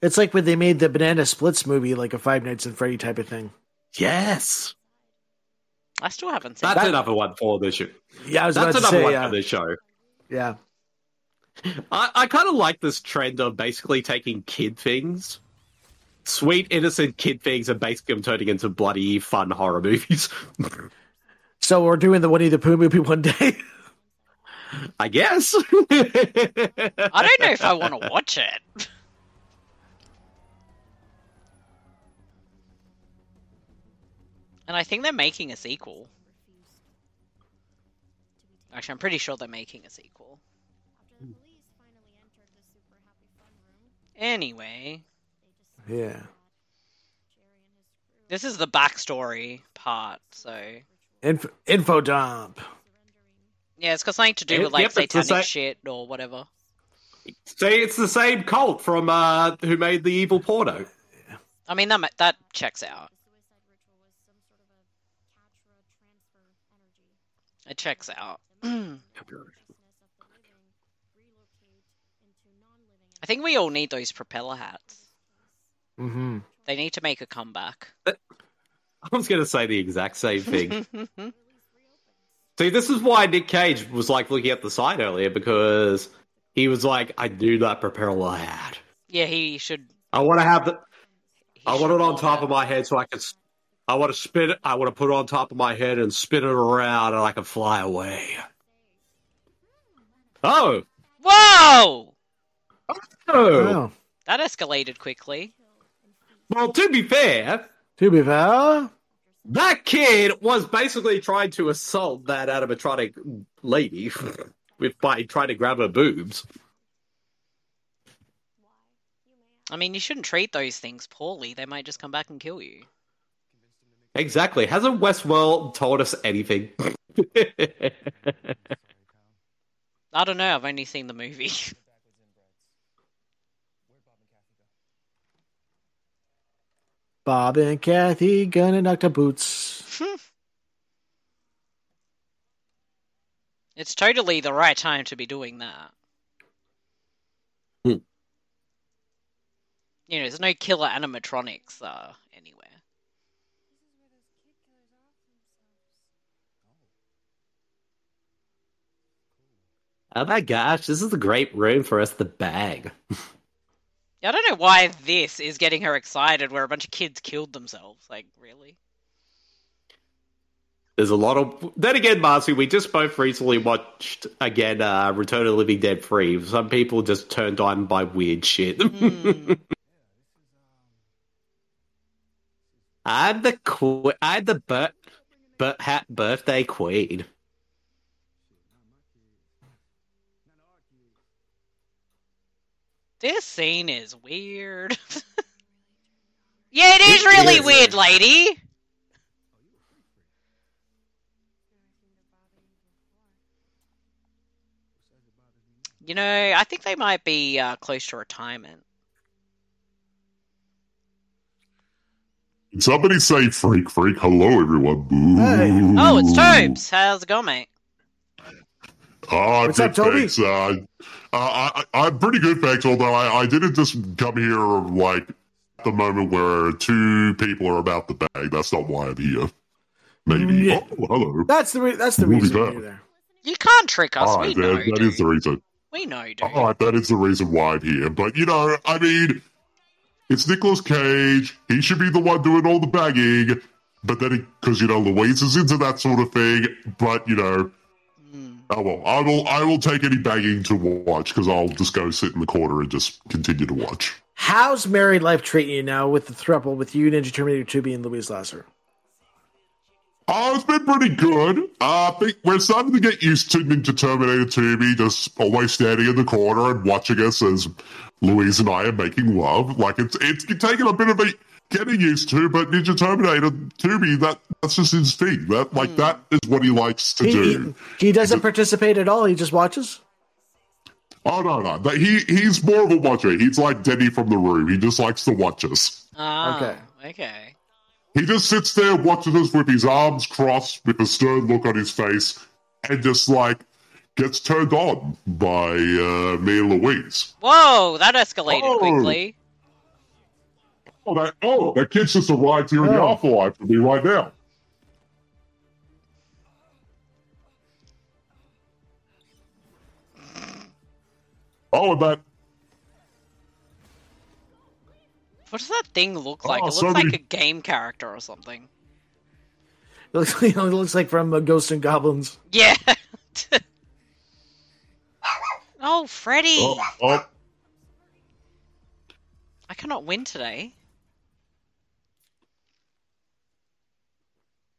S8: It's like when they made the Banana Splits movie, like a Five Nights at Freddy type of thing.
S7: Yes,
S6: I still haven't seen
S7: that's
S6: that.
S7: another one for the show.
S8: Yeah, I was
S7: that's
S8: about to
S7: another
S8: say, uh,
S7: one
S8: yeah.
S7: for the show.
S8: Yeah,
S7: I, I kind of like this trend of basically taking kid things, sweet, innocent kid things, and basically turning into bloody fun horror movies. [LAUGHS]
S8: so we're doing the Winnie the Pooh movie [LAUGHS] one day.
S6: [LAUGHS]
S7: I guess.
S6: I don't know if I
S7: [LAUGHS]
S6: want to watch it. And I think they're making a sequel. Actually, I'm pretty sure they're making a sequel. Anyway,
S8: yeah,
S6: this is the backstory part, so
S8: Inf- info dump.
S6: yeah, it's got something to do
S7: Yep,
S6: with like
S7: Eh, yep, it's the
S6: satanic
S7: sa-
S6: shit or whatever.
S7: See, it's the same cult from uh, who made the evil porno.
S6: I mean, that ma- that checks out. It checks out. [CLEARS THROAT] I think we all need those propeller hats.
S8: Mm-hmm.
S6: They need to make a comeback.
S7: I was going to say the exact
S6: [LAUGHS]
S7: same thing. See, this is why Nick Cage was like looking at the side earlier because he was like, "I do not prepare a lad.
S6: yeah, he should.
S7: I want to have the. I want it on top of my head so I can. s- I want to spin it. I want to put it on top of my head and spin it around, and I can fly away. Oh,
S6: Whoa!
S7: oh.
S8: Wow.
S6: That escalated quickly.
S7: Well, to be fair,
S8: To be fair,
S7: that kid was basically trying to assault that animatronic lady [LAUGHS] with by trying to grab her boobs.
S6: I mean, you shouldn't treat those things poorly. They might just come back and kill you.
S7: Exactly. Hasn't Westworld told us anything? [LAUGHS]
S6: I don't know. I've only seen the movie. [LAUGHS]
S8: Bob and Kathy gonna knock the boots.
S6: it's totally the right time to be doing that.
S7: Hmm.
S6: You know, there's no killer animatronics uh, anywhere.
S7: Oh my gosh, this is a great room for us to bag.
S6: Yeah, I don't know why this is getting her excited where a bunch of kids killed themselves. Like, really?
S7: There's a lot of. Then again, Marcy, we just both recently watched again uh, Return of the Living Dead 3. Some people just turned on by weird shit. Hmm. [LAUGHS] I'm the que- I'm the but but hat birthday queen.
S6: This scene is weird. [LAUGHS] yeah, it is really
S7: is.
S6: weird, lady. You know, I think they might be uh, close to retirement.
S18: Did somebody say freak, freak? Hello, everyone. Boo.
S6: Oh, it's Tobes. How's it going, mate?
S18: Ah,
S6: What's
S18: good,
S6: up, Toby?
S18: Thanks. Uh, uh, I, I- I'm pretty good, thanks. Although I, I didn't just come here like at the moment where two people are about the bag. That's not why I'm here.
S6: Mm,
S18: Maybe. Oh, hello.
S8: That's the re- that's the
S18: Who's
S8: reason
S18: that?
S8: you're there.
S6: You can't trick us.
S18: Ah,
S6: we
S18: that-
S6: know.
S18: that
S6: dude.
S18: is the reason.
S6: We know, dude.
S18: All right, Ah, that is the reason why I'm here. But you know, I mean, it's Nicolas Cage. He should be the one doing all the bagging. But then, because you know, Louise is into that sort of thing. But you know, oh well, I will. I will take any bagging to watch because I'll just go sit in the corner and just continue to watch.
S8: How's married life treating you now with the throuple with you, Ninja Terminator Tubi, and Louise Lasser?
S18: Oh, it's been pretty good. Uh, I think we're starting to get used to Ninja Terminator 2 me just always standing in the corner and watching us as Louise and I are making love. Like it's it's taken a bit of a getting used to, but Ninja Terminator 2 me that that's just his thing. That like that is what he likes to
S8: Hmm. He,
S18: do.
S8: he, he doesn't participate at all. He just watches.
S18: Oh no no, but he he's more of a watcher. He's like Denny from the room. He just likes to watch us.
S6: Ah, okay. Okay.
S18: He just sits there watching us with his arms crossed, with a stern look on his face, and just like gets turned on by uh, me and Louise.
S6: Whoa, that escalated
S18: Oh.
S6: quickly.
S18: Oh, that oh, that kid's just arrived here in the
S8: Oh.
S18: afterlife for me right now. Oh, and that
S6: What does that thing look like?
S8: Oh,
S6: it looks
S8: so
S6: like
S8: many-
S6: a game character or something.
S8: [LAUGHS] It looks, like- it looks like from uh, Ghosts and Goblins.
S6: Yeah. [LAUGHS] oh, Freddy!
S18: oh, oh,
S6: I cannot win today.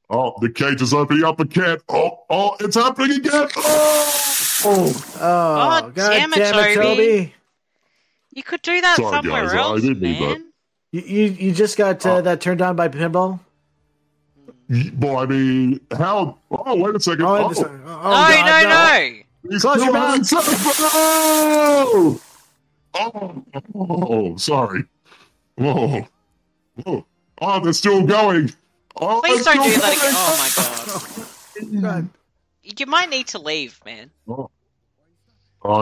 S18: oh, the cage is opening up again. Oh, oh, it's happening again. Oh,
S8: Oh, oh, God
S6: damn it, Toby. You could do that
S18: Sorry,
S6: somewhere
S18: guys, I
S6: else,
S18: didn't mean that.
S6: man.
S8: You, you you just got
S7: Oh.
S8: uh, that turned on by pinball.
S18: boy, I mean, how? Oh, wait a second.
S8: Oh,
S18: Oh,
S8: I'm just- oh,
S6: no, no, no,
S18: He's
S8: Close your
S18: still
S8: mouth.
S18: inside. Oh! Oh, oh, sorry. Whoa. Whoa. Oh, they're still going. Oh,
S6: Please
S18: they're
S6: don't do
S18: still
S6: that
S18: going.
S6: again. Oh my god. You might need to leave, man.
S18: Oh,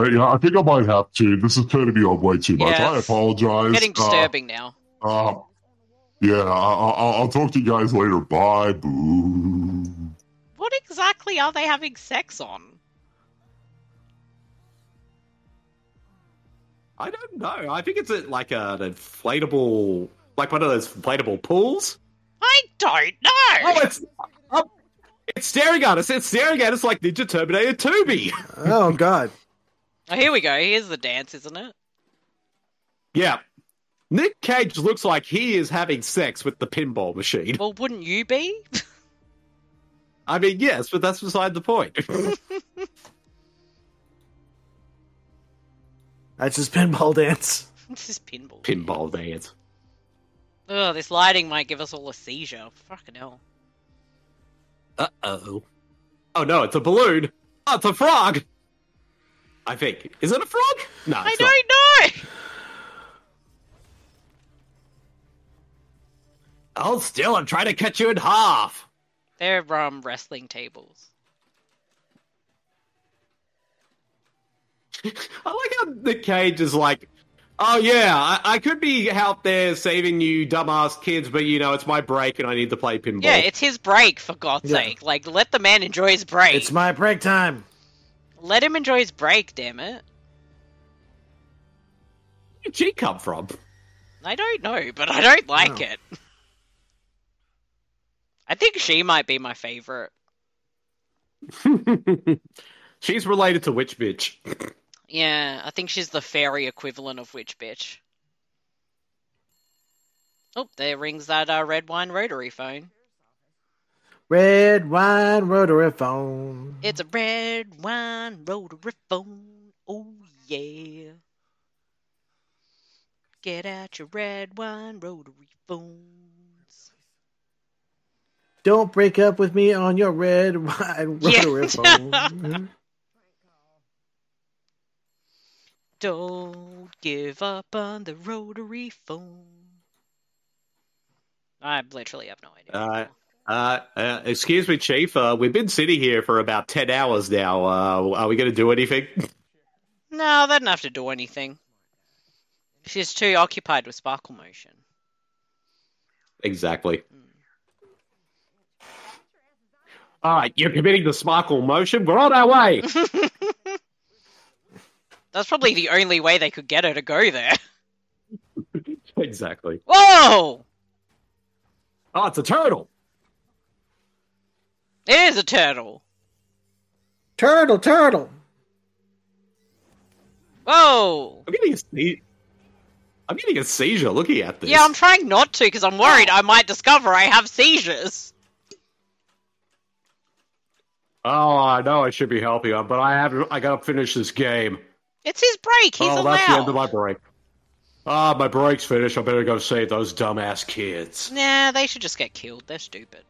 S18: yeah, I think I might have to. This is turning me on way too much. I
S6: Yes.
S18: apologize.
S6: Getting
S18: Uh,
S6: disturbing now.
S18: uh, yeah, I, I, I'll- I'll talk to you guys later. Bye. Boo.
S6: What exactly are they having sex on?
S7: I don't know. I think it's a, like an inflatable, like one of those inflatable pools.
S6: I don't know.
S7: Oh, it's up. It's staring at us. It's staring at us like Ninja Terminator 2B.
S8: Oh God.
S6: Oh, here we go. Here's the dance, isn't it?
S7: yeah. Nick Cage looks like he is having sex with the pinball machine.
S6: Well, wouldn't you be? [LAUGHS]
S7: I mean, yes, but that's beside the point.
S8: [LAUGHS] That's his pinball dance.
S6: this is pinball.
S7: pinball dance.
S6: Oh, this lighting might give us all a seizure. Fucking hell.
S7: Uh oh. Oh no, it's a balloon. Oh, it's a frog. I think. Is it a frog? No,
S6: I
S7: it's not.
S6: don't know.
S7: Hold still, I'm trying to cut you in half.
S6: They're um, wrestling tables.
S7: I like how Nick Cage is like, oh yeah, I, I could be out there saving you dumbass kids, but you know, it's my break and I need to play pinball.
S6: Yeah, it's his break for God's
S7: Yeah.
S6: sake. Like, let the man enjoy his break.
S8: It's my break time.
S6: Let him enjoy his break, damn it.
S7: Where did she come from? [LAUGHS]
S6: I don't know, but I don't like
S7: No.
S6: it. [LAUGHS] I think she might be my favorite.
S7: She's related to Witch Bitch.
S6: Yeah, I think she's the fairy equivalent of witch bitch. Oh, there rings that uh, red wine rotary phone.
S8: Red wine rotary phone.
S6: It's a red wine rotary phone. Oh yeah. Get out your red wine rotary phone.
S8: Don't break up with me on your
S6: [LAUGHS]
S8: red wine rotary phone. Mhm.
S6: Don't give up on the rotary phone. I literally have no idea.
S7: Uh, uh, uh, excuse me, Chief. Uh, we've been sitting here for about 10 hours now. Uh, are we going to do anything? [LAUGHS]
S6: No, they didn't have to do anything. She's too occupied with sparkle motion.
S7: exactly. All right, you're committing the Smarkle motion. We're on
S6: [LAUGHS]
S7: our way.
S6: That's probably the only way they could get her to go there. [LAUGHS]
S7: exactly.
S6: Whoa!
S7: Oh, it's a turtle.
S6: It is a turtle.
S8: turtle, turtle.
S6: Whoa!
S7: I'm getting a, se- I'm getting a seizure looking at this.
S6: Yeah, I'm trying not to because I'm worried I might discover I have seizures.
S7: Oh, I know I should be helping him, but I have I gotta finish this game.
S6: It's his break. He's
S7: oh, that's the
S6: allowed.
S7: end of my break. Ah, my break's finished. I better go save those dumbass kids.
S6: Nah, they should just get killed. They're stupid.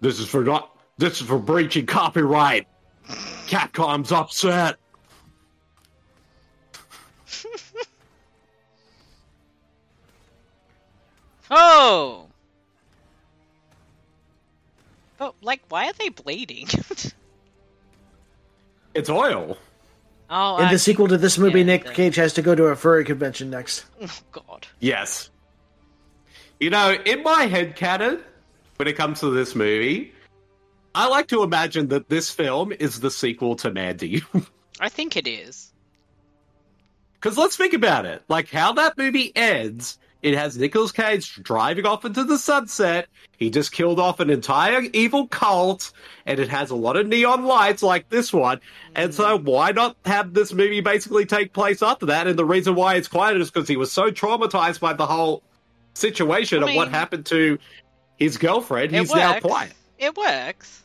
S7: This is for not. This is for breaching copyright. Capcom's upset.
S6: Oh! But, like, why are they bleeding? [LAUGHS]
S7: It's oil.
S6: oh,
S8: In
S6: I-
S8: the sequel to this movie,
S6: yeah,
S8: Nick
S6: they-
S8: Cage has to go to a furry convention next.
S6: [LAUGHS] Oh, God.
S7: Yes. You know, in my head canon, when it comes to this movie, I like to imagine that this film is the sequel to Mandy. [LAUGHS]
S6: I think it is.
S7: Because let's think about it. Like how that movie ends, it has Nicolas Cage driving off into the sunset. He just killed off an entire evil cult, and it has a lot of neon lights like this one. And
S6: Mm.
S7: so, why not have this movie basically take place after that? And the reason why it's quiet is because he was so traumatized by the whole situation
S6: I
S7: of what
S6: mean-
S7: happened to his girlfriend.
S6: It
S7: He's now
S6: works.
S7: quiet.
S6: It works.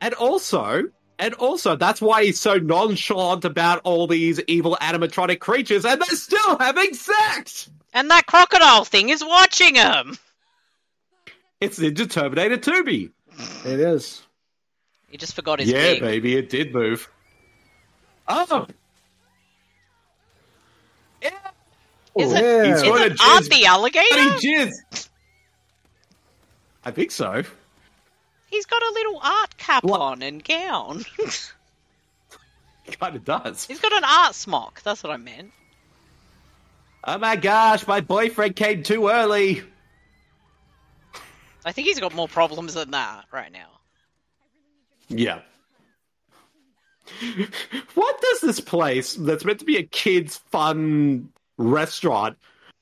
S7: And also, and also, that's why he's so nonchalant about all these evil animatronic creatures, and they're still having sex.
S6: And that crocodile thing is watching him.
S7: It's Ninja Terminator 2 me.
S8: It is.
S6: He just forgot his
S7: Yeah,
S6: wig.
S7: baby, it did move. Oh,
S6: Is it,
S7: Yeah.
S6: is
S7: He's got a
S6: it
S7: jizz-
S6: Art the alligator?
S7: bloody jizz. I think so.
S6: He's got a little art cap on and
S7: [LAUGHS]
S6: gown.
S7: Kind of does.
S6: He's got an art smock. That's what I meant.
S7: Oh my gosh, my boyfriend came too early.
S6: I think he's got more problems than that right now.
S7: Yeah. what does this place that's meant to be a kids' fun restaurant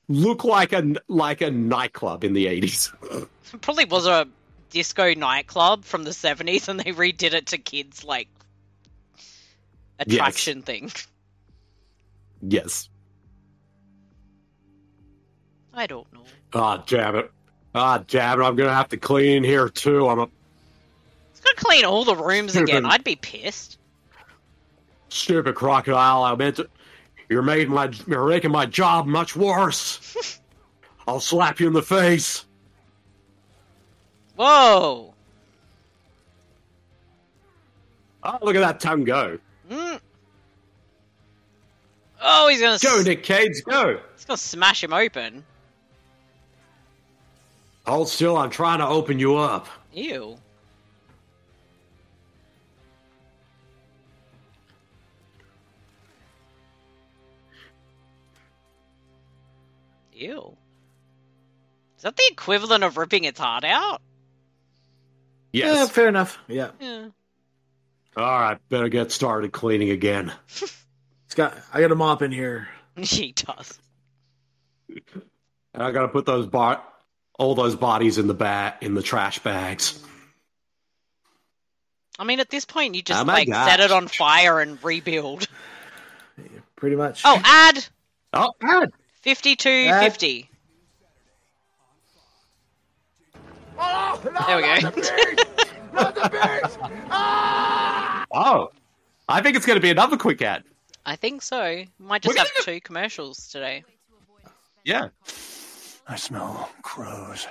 S7: look like a like a nightclub in the eighties? [LAUGHS]
S6: Probably was a disco nightclub from the 70s and they redid it to kids like attraction thing.
S7: yes.
S6: I don't know.
S7: Ah, damn it. Ah, damn it. I'm gonna have to clean here too. I'm a
S6: He's got to clean all the rooms
S7: Should've
S6: again.
S7: been-
S6: I'd be pissed.
S7: stupid crocodile. I meant to. You're making my you're making my job [LAUGHS] much worse. I'll slap you in the face.
S6: Whoa!
S7: Oh, look at that tongue go.
S6: Mm. Oh, he's gonna
S7: Go, Nick Cage, go.
S6: he's gonna smash him open.
S7: Hold still, I'm trying to open you up.
S6: Ew. Ew. Is that the equivalent of ripping its heart out?
S7: Yes.
S8: Yeah, fair enough. Yeah.
S6: Yeah.
S7: All right, better get started
S6: [LAUGHS]
S7: cleaning again.
S8: It's got I got a mop in here.
S6: She does.
S7: And I gotta put those bar- all those bodies in the bat in the trash bags.
S6: I mean, at this point, you just
S7: Oh my
S6: like set
S7: gosh.
S6: it on fire and rebuild.
S8: Pretty much.
S6: Oh, add
S7: Oh, God.
S6: fifty-two
S8: Add-
S6: fifty. There we go.
S7: [LAUGHS] Oh, I think it's going to be another quick ad.
S6: I think so. Might just
S7: We're
S6: have two commercials today.
S7: Yeah.
S19: I smell
S6: [LAUGHS]
S19: crows.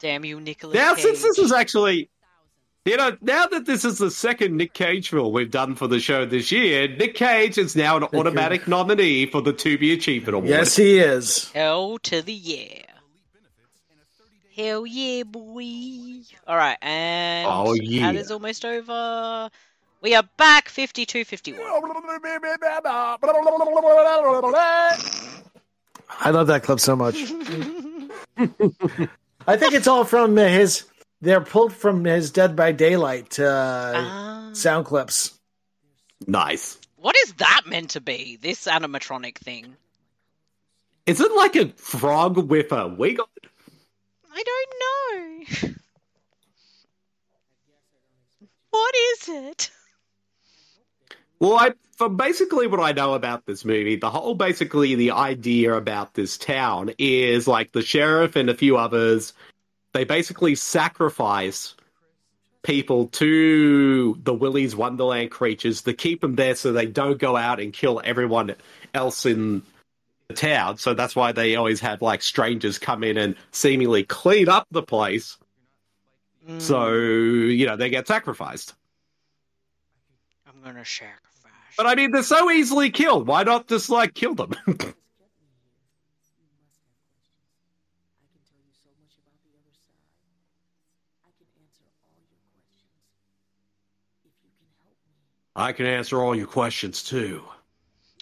S6: Damn you, Nicholas.
S7: Now, since this is actually, you know, now that this is the second Nick Cage film we've done for the show this year, Nick Cage is now an automatic nominee for the To Be Achievement Award.
S8: Yes, he is.
S6: Hell to the yeah. Hell yeah, boy. All right, and
S7: Oh, yeah.
S6: that is almost over. We are back 52 51.
S17: [LAUGHS]
S8: I love that clip
S6: [LAUGHS]
S8: so much. I think it's all from his. They're pulled from his Dead by Daylight uh,
S6: Ah.
S8: sound clips.
S7: Nice.
S6: What is that meant to be? This animatronic thing?
S7: Is it like a frog with a wig on?
S6: I don't know. what is it?
S7: Well, I, for basically what I know about this movie, the whole basically the idea about this town is like the sheriff and a few others, they basically sacrifice people to the Willy's Wonderland creatures to keep them there so they don't go out and kill everyone else in the town. So that's why they always have like strangers come in and seemingly clean up the place. So, you know, they get sacrificed.
S6: I'm gonna share.
S7: But I mean, they're so easily killed. Why not just like kill them? [LAUGHS] I can answer all your questions too.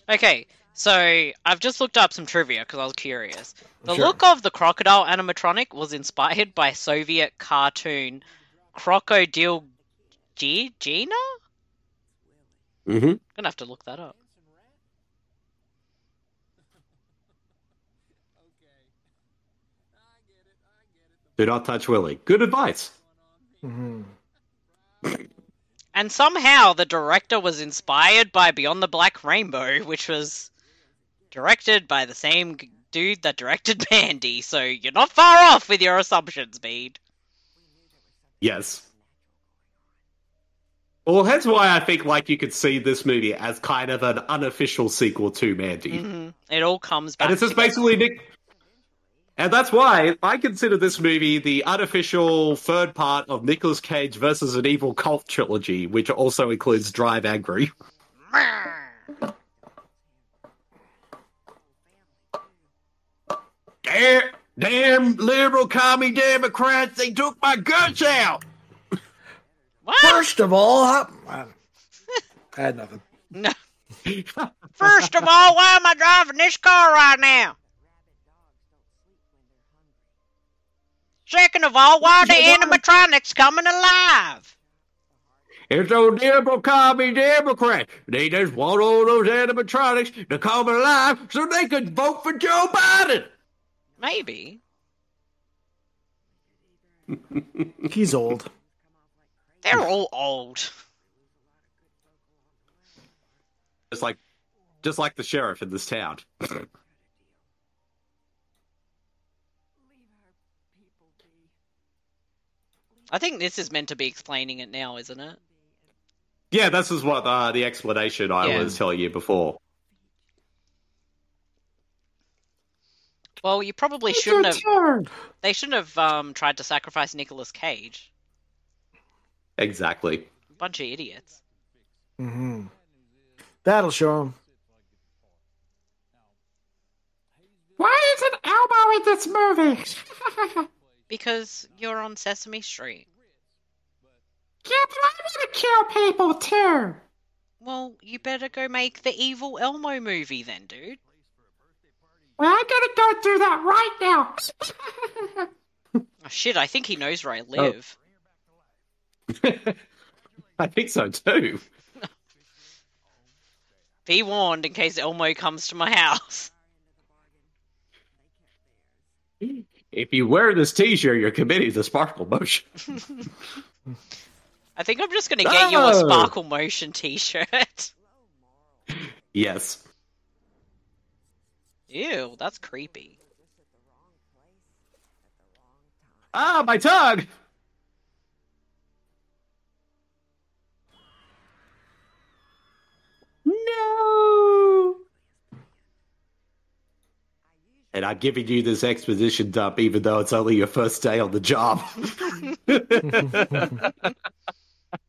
S6: Okay, so I've just looked up some trivia because I was curious. The
S7: Sure.
S6: look of the crocodile animatronic was inspired by Soviet cartoon Crocodile G- Gina?
S7: Mm-hmm.
S6: Gonna have to look that up.
S7: Do not touch Willy. Good advice.
S6: Mm-hmm. And somehow the director was inspired by Beyond the Black Rainbow, which was directed by the same g- dude that directed [LAUGHS] Mandy, so you're not far off with your assumptions, Bede.
S7: Yes. Well, that's why I think like you could see this movie as kind of an unofficial sequel to Mandy.
S6: hmm It all comes back.
S7: And it's just
S6: together.
S7: basically Nick. And that's why I consider this movie the unofficial third part of Nicolas Cage versus an evil cult trilogy, which also includes Drive Angry. damn, damn liberal commie Democrats, they took my guts out!
S8: First of all, I, I I had nothing.
S7: [LAUGHS]
S6: No. First of all, why am I driving this car right now? Second of all, why are the animatronics coming alive?
S7: It's those liberal commie Democrats. They just want all those animatronics to come alive so they could vote for Joe Biden!
S6: Maybe.
S8: He's old.
S6: They're all old.
S7: Just like, just like the sheriff in this town.
S6: I think this is meant to be explaining it now, isn't it?
S7: Yeah, this is what uh, the explanation I
S6: Yeah.
S7: was telling you before.
S6: Well, you probably
S14: It's
S6: shouldn't
S14: your
S6: have.
S8: turn.
S6: They shouldn't have um, tried to sacrifice Nicolas Cage.
S7: Exactly.
S6: Bunch of idiots.
S8: Mm-hmm. That'll show him.
S6: Why is an elbow in this movie? [LAUGHS] because you're on Sesame Street.
S14: Yeah, but I want to kill people too.
S6: Well, you better go make the evil Elmo movie then, dude.
S14: Well, I'm gonna go do that right now. [LAUGHS]
S6: Oh, shit, I think he knows where I live.
S7: I think so too.
S6: Be warned in case Elmo comes to my house. [LAUGHS]
S7: If you wear this T-shirt, you're committing to Sparkle Motion.
S6: I think I'm just going to get you a
S7: No!
S6: Sparkle Motion t shirt.
S7: Yes.
S6: [LAUGHS] Ew, that's creepy.
S7: Ah, my tongue. No. And I'm giving you this exposition dump, even though it's only your first day on the job. [LAUGHS]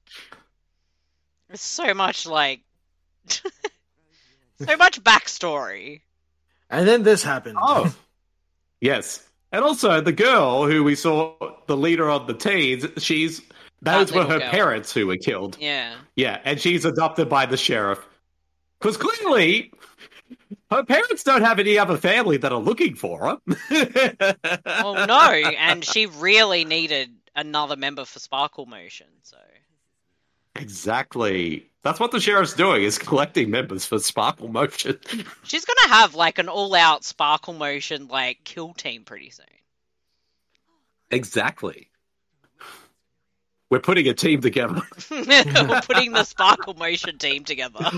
S6: There's so much, like. [LAUGHS] so much backstory.
S8: And then this happened.
S7: Oh. yes. And also, the girl who we saw, the leader of the teens, she's those were
S6: little
S7: her
S6: girl.
S7: parents who were killed.
S6: Yeah.
S7: Yeah, and she's adopted by the sheriff. Because clearly, her parents don't have any other family that are looking for her. [LAUGHS]
S6: Well, no, and she really needed another member for Sparkle Motion, so.
S7: exactly. That's what the sheriff's doing, is collecting members for Sparkle Motion. [LAUGHS]
S6: She's gonna have, like, an all out Sparkle Motion, like, kill team pretty soon. [LAUGHS]
S7: exactly. We're putting a team together.
S6: We're putting the Sparkle Motion team together.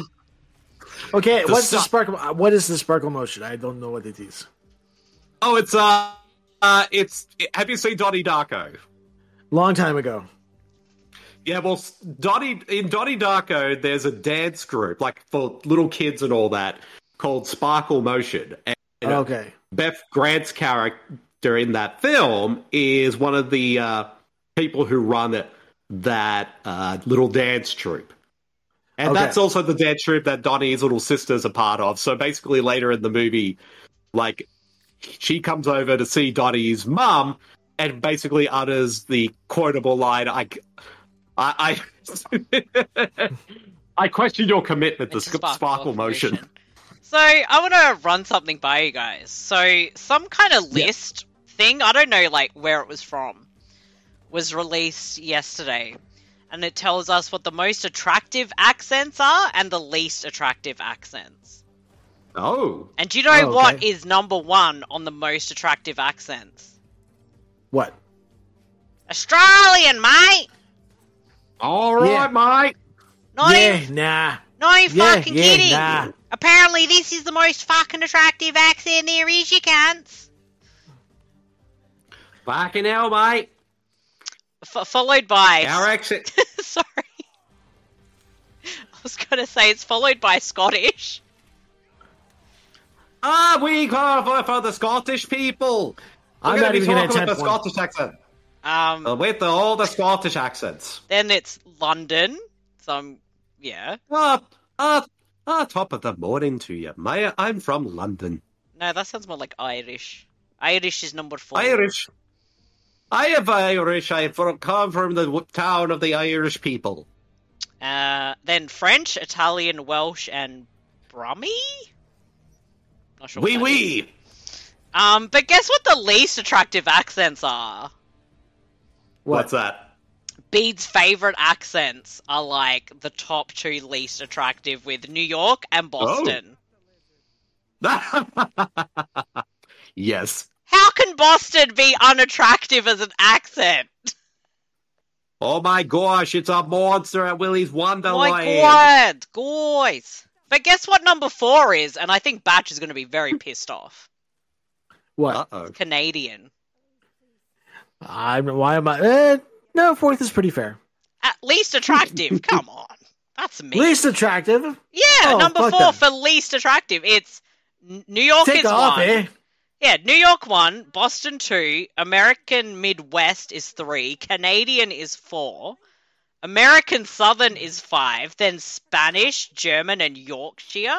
S8: Okay,
S7: The
S8: what's the
S7: sun.
S8: sparkle? uh, What is the sparkle motion? I don't know what it is.
S7: Oh, it's, uh, uh, it's, have you seen Donnie Darko?
S8: Long time ago.
S7: Yeah, well, Donnie, in Donnie Darko, there's a dance group, like for little kids and all that, called Sparkle Motion. And, and, uh,
S8: okay.
S7: Beth Grant's character in that film is one of the uh, people who run that, that uh, little dance troupe. And
S8: Okay.
S7: that's also the dance troupe that Donnie's little sister's a part of. So basically, later in the movie, like, she comes over to see Donnie's mum and basically utters the quotable line, I, I, I, [LAUGHS] I question your commitment to sc- sparkle, motion.
S6: So I want to run something by you guys. So some kind of list thing, I don't know like where it was from, was released yesterday, and it tells us what the most attractive accents are and the least attractive accents.
S7: [LAUGHS] Oh.
S6: And do you know what is number one on the most attractive accents?
S8: What?
S6: Australian, mate.
S7: All
S8: Yeah.
S7: right, mate.
S6: Not
S8: yeah,
S6: even,
S8: nah.
S6: not even
S8: Yeah,
S6: fucking
S8: yeah,
S6: kidding.
S8: nah.
S6: Apparently, this is the most fucking attractive accent there is. You cunts.
S7: Fucking hell, mate.
S6: F- followed by
S7: Our exit.
S6: [LAUGHS] Sorry, I was gonna say it's followed by Scottish.
S7: Ah, we qualify for the Scottish people. We're
S6: I'm
S7: gonna
S6: not
S7: be
S6: even gonna
S7: talking with
S6: attempt
S7: the
S6: one.
S7: Scottish accent.
S6: Um,
S7: Uh, with the, all the Scottish accents.
S6: then it's London. Some yeah,
S7: Ah, ah, ah, top of the morning to you, Maya. I'm from London.
S6: no, that sounds more like Irish. Irish is number four.
S7: Irish. I am Irish. I fro- come from the w- town of the Irish people.
S6: Uh, then French, Italian, Welsh, and Brummy. Not sure.
S7: Wee
S6: what that is.
S7: wee.
S6: Um, but guess what the least attractive accents are?
S7: What's that?
S6: Bede's favorite accents are like the top two least attractive, with New York
S8: Oh.
S6: and Boston.
S7: [LAUGHS] Yes.
S6: How can Boston be unattractive as an accent?
S7: Oh my gosh, it's a monster at Willy's Wonderland.
S6: My God, guys. But guess what number four is? And I think Batch is going to be very pissed off.
S8: What?
S7: oh
S6: Canadian.
S8: I'm. Why am I? Eh, no, fourth is pretty fair.
S6: At least
S8: [LAUGHS]
S6: attractive. Come on. That's me.
S8: Least attractive.
S6: yeah,
S8: Oh,
S6: number
S8: fuck
S6: four
S8: them.
S6: for least attractive. It's N- New York
S8: Take
S6: is
S8: off,
S6: one.
S8: eh?
S6: Yeah, New York one, Boston two, American Midwest is three, Canadian is four, American Southern is five, then Spanish, German, and Yorkshire.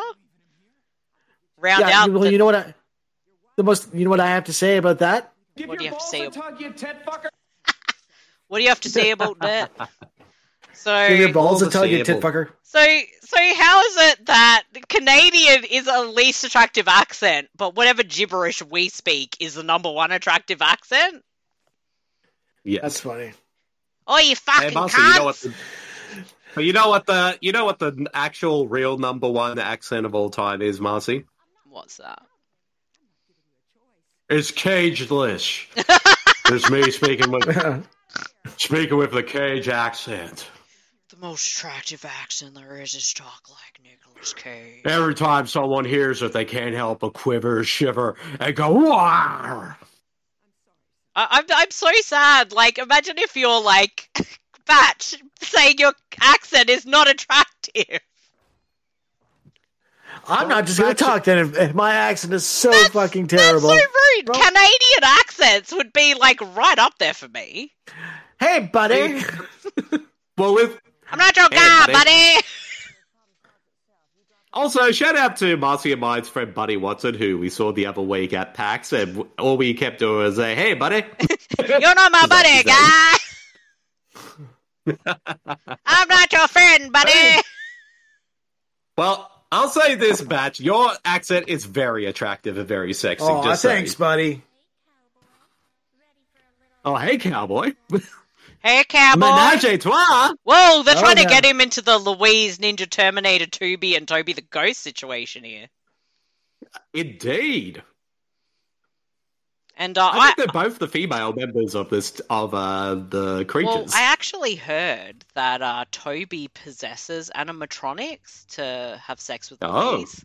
S6: Round
S8: yeah,
S6: out.
S8: well, you know what I, the most you know what I have to say about that?
S6: what do you have to say? About... [LAUGHS] what do you have to say about that?
S7: [LAUGHS]
S6: So
S8: [LAUGHS] Give your balls a tug, you tit fucker.
S6: So, so how is it that Canadian is a least attractive accent, but whatever gibberish we speak is the number one attractive accent?
S7: Yeah,
S8: that's funny.
S6: Oh, you fucking
S7: Hey, Marcy, you
S6: cunt!
S7: know what? The, but you know what the you know what the actual real number one accent of all time is, Marcy?
S6: What's that?
S7: It's cageless. it's me speaking with speaking with the cage accent.
S6: The most attractive accent there is is talk like Nicolas Cage.
S7: Every time someone hears it, they can't help but quiver, shiver, and go Wah!
S6: I- I'm I'm so sad. Like, imagine if you're like [LAUGHS] Batch saying your accent is not attractive.
S8: I'm not just gonna talk then if, if my accent is so fucking terrible.
S6: So rude. Canadian accents would be like right up there for me.
S8: hey buddy.
S7: well with
S6: I'm not your
S7: Hey,
S6: guy,
S7: buddy.
S6: buddy.
S7: Also, shout out to Marcy and mine's friend Buddy Watson, who we saw the other week at PAX, and w- all we kept doing was say, "Hey, buddy."
S6: [LAUGHS] You're not my buddy, guy. [LAUGHS] I'm not your friend, buddy.
S7: Well, I'll say this, Batch. Your accent is very attractive and very sexy.
S8: Oh,
S7: just saying.
S8: thanks, buddy.
S7: Oh, hey, cowboy. [LAUGHS]
S6: Hey, cowboy.
S7: Menage a trois.
S6: Whoa, they're
S7: Oh,
S6: trying to
S7: yeah.
S6: get him into the Louise Ninja Terminator Tubi and Toby the Ghost situation here.
S7: Indeed.
S6: And uh,
S7: I
S6: I,
S7: think they're both the female members of this of uh, the
S6: well,
S7: creatures.
S6: I actually heard that uh, Toby possesses animatronics to have sex with
S7: Oh.
S6: Louise.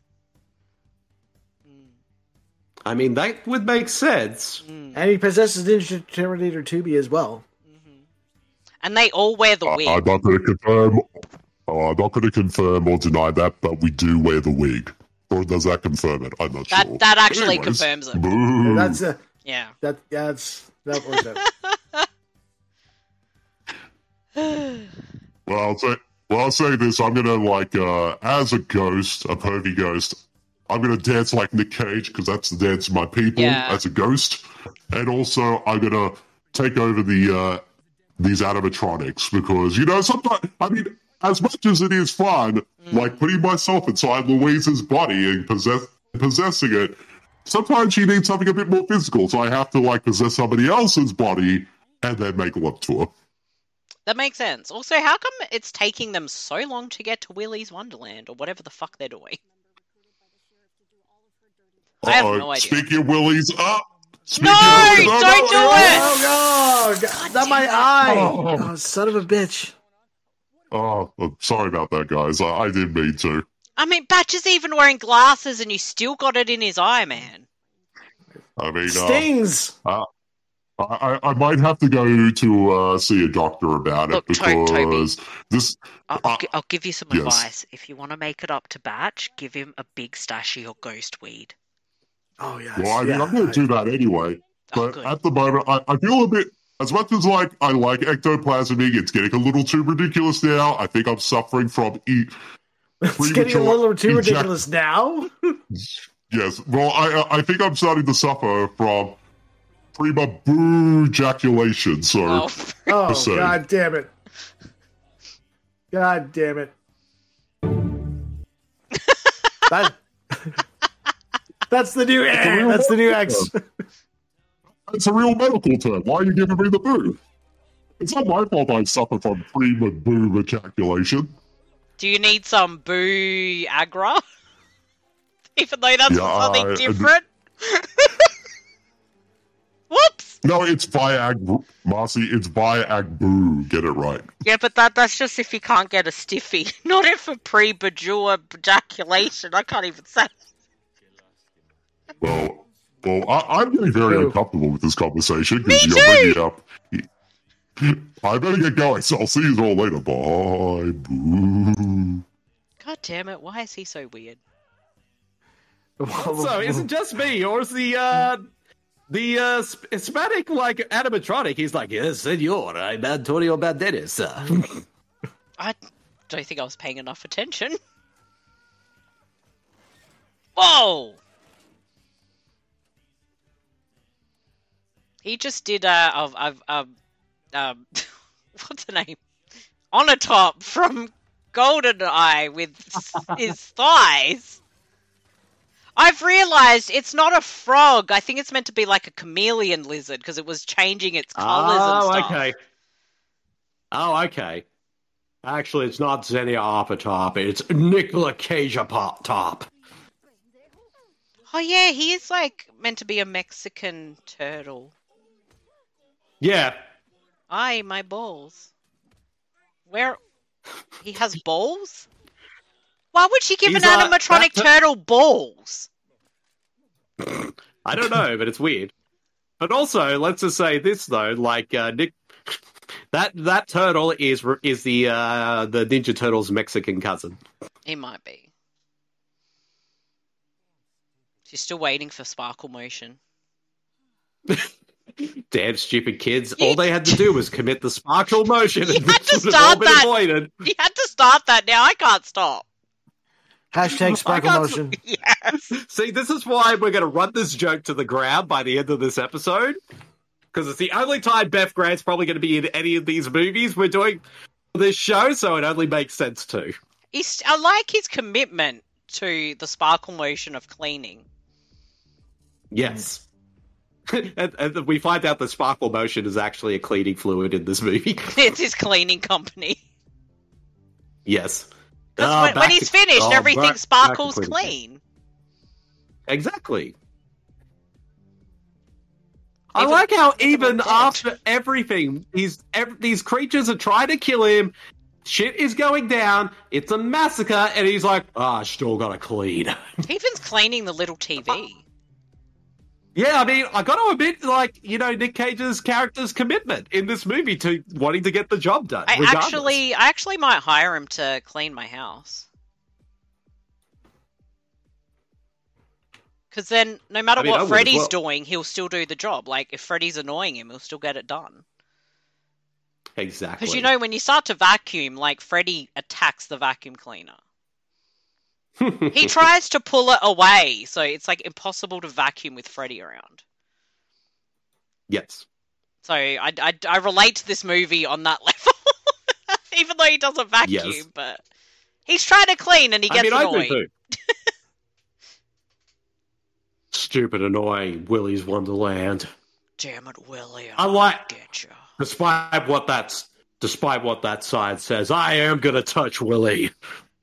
S7: I mean, that would make sense.
S6: Mm.
S8: And he possesses Ninja Terminator 2B as well.
S6: and they all wear the wig.
S18: I'm not going to confirm. Uh, I'm not going to confirm or deny that, but we do wear the wig. Or does that confirm it? I'm not
S6: That
S18: sure.
S6: that actually
S18: Anyways,
S6: confirms it.
S7: Mm-hmm.
S18: boo.
S8: That's a
S6: Yeah.
S8: that that's that was
S6: [LAUGHS]
S8: it.
S18: Well, I'll say. Well, I'll say this. I'm gonna like, uh, as a ghost, a pervy ghost. I'm gonna dance like Nick Cage because that's the dance of my people
S3: Yeah.
S18: as a ghost, and also I'm gonna take over the uh, these animatronics because you know sometimes I mean, as much as it is fun, like putting myself inside Louise's body and possess possessing it. Sometimes she needs something a bit more physical, so I have to like possess somebody else's body and then make love to her.
S6: That makes sense. Also, how come it's taking them so long to get to Willy's Wonderland or whatever the fuck they're doing? I have
S18: Uh-oh,
S6: no idea.
S18: Speaking of Willies, up.
S6: No, don't do it!
S8: Oh, no, God, not my eye.
S18: Oh.
S8: Oh, son of a bitch.
S18: Oh, I'm sorry about that, guys. I, I didn't mean to.
S6: I mean, Batch is even wearing glasses and you still got it in his eye, man.
S18: I mean, uh,
S8: Stings.
S18: Uh, I, I I might have to go to uh, see a doctor about it
S6: Look, To-
S18: because
S6: Toby.
S18: this.
S6: I'll, I'll, gi- I'll give you some
S18: yes.
S6: advice. If you want to make it up to Batch, give him a big stash of your ghost weed.
S8: Oh, yeah.
S18: Well, I mean, I'm going to do that
S6: Oh,
S18: anyway. But at the moment, I, I feel a bit. As much as like I like ectoplasming, it's getting a little too ridiculous now. I think I'm suffering from e-
S8: It's getting a little too
S18: Premature eject-
S8: ridiculous now.
S18: Yes. Well, I I think I'm starting to suffer from prima boo ejaculation. So, [LAUGHS]
S8: Oh,
S18: So-
S8: God damn it. God damn
S7: [LAUGHS]
S8: it. That- [LAUGHS] that's the new
S18: It's a
S8: eh,
S18: real
S8: that's the new
S18: medical
S8: X.
S18: term. It's a real medical term. Why are you giving me the boo? It's not my fault I suffer from prima boo ejaculation.
S6: Do you need some boo agra? [LAUGHS] even though that's
S18: Yeah,
S6: something
S18: I- I-
S6: different?
S18: No, it's Viag Mossy. It's Viag boo. Get it right.
S6: Yeah, but that that's just if you can't get a stiffy. [LAUGHS] Not if for pre bajua ejaculation. I can't even say.
S18: Well, well, I, I'm getting very uncomfortable with this
S6: Me
S18: conversation because you're bringing up. I better get going. So I'll see you all later. Bye. Boo.
S6: God damn it! Why is he so weird?
S7: [LAUGHS] so is it just me, or is the uh, the uh, sp- Hispanic like animatronic? He's like, yes, senor, I'm Antonio Banderas. sir." [LAUGHS]
S6: I don't think I was paying enough attention. [LAUGHS] Whoa! He just did uh, of of um, um, [LAUGHS] what's the name? On a top from Goldeneye
S7: [LAUGHS]
S6: with s- his thighs. I've realised it's not a frog. I think it's meant to be like a chameleon lizard because it was changing its colours
S7: oh,
S6: and stuff.
S7: okay. Oh, okay. Actually, it's not Xenia Apatop. It's Nicola Cage Apatop. Top.
S6: Oh yeah, he is like meant to be a Mexican turtle.
S7: Yeah.
S6: Aye, my balls. Where he
S7: [LAUGHS]
S6: has balls? Why would she give
S7: He's
S6: an
S7: like-
S6: animatronic
S7: that-
S6: turtle balls? [LAUGHS]
S7: I don't know, but it's weird. But also, let's just say this though: like uh, Nick, that that turtle is is the uh, the Ninja Turtles' Mexican cousin.
S6: He might be. She's still waiting for sparkle [LAUGHS] motion.
S7: Damn stupid kids! All they had to do was commit the sparkle motion.
S6: [LAUGHS]
S7: You had
S6: to start that.
S7: Avoided.
S6: You had to start that now. I can't stop. [LAUGHS]
S7: I
S8: Hashtag sparkle
S7: got-
S8: motion.
S7: See, this is why we're going to run this joke to the ground by the end of this episode. Because it's the only time Beth Grant's probably going to be in any of these movies we're doing for this show, so it only makes sense to.
S6: He's, I like his commitment to the sparkle motion of cleaning. [LAUGHS]
S7: Yes. [LAUGHS] and, and we find out that sparkle motion is actually a cleaning fluid in this movie. [LAUGHS]
S6: It's his cleaning company.
S7: yes.
S6: Because
S7: Ah,
S6: when, when
S7: back
S6: he's
S7: to-
S6: finished,
S7: oh,
S6: everything
S7: back- back to
S6: sparkles
S7: cleaning.
S6: clean.
S7: Exactly. I like how even after everything, these ev- these creatures are trying to kill him. Shit is going down. It's a massacre, and he's like, "Ah, still gotta clean." [LAUGHS]
S6: Even's cleaning the little TV.
S7: yeah, I mean, I gotta admit, like you know, Nick Cage's character's commitment in this movie to wanting to get the job done.
S6: I
S7: regardless.
S6: actually, I actually might hire him to clean my house. Because then, no matter
S7: I mean, I would
S6: what
S7: as
S6: Freddy's
S7: well.
S6: doing, he'll still do the job. Like if Freddy's annoying him, he'll still get it done.
S7: exactly
S6: Because you
S7: [LAUGHS]
S6: know, when you start to vacuum, like Freddy attacks the vacuum cleaner.
S7: [LAUGHS]
S6: he tries to pull it away, so it's like impossible to vacuum with Freddy around.
S7: Yes.
S6: So I, I, I relate to this movie on that [LAUGHS] level, even though he doesn't vacuum,
S7: Yes.
S6: but he's trying to clean and he gets
S7: I mean,
S6: annoyed. [LAUGHS]
S7: I do too. Stupid, annoying Willy's Wonderland.
S6: Damn it, William!
S7: I like. Despite what that's, despite what that side says, I am gonna touch Willy.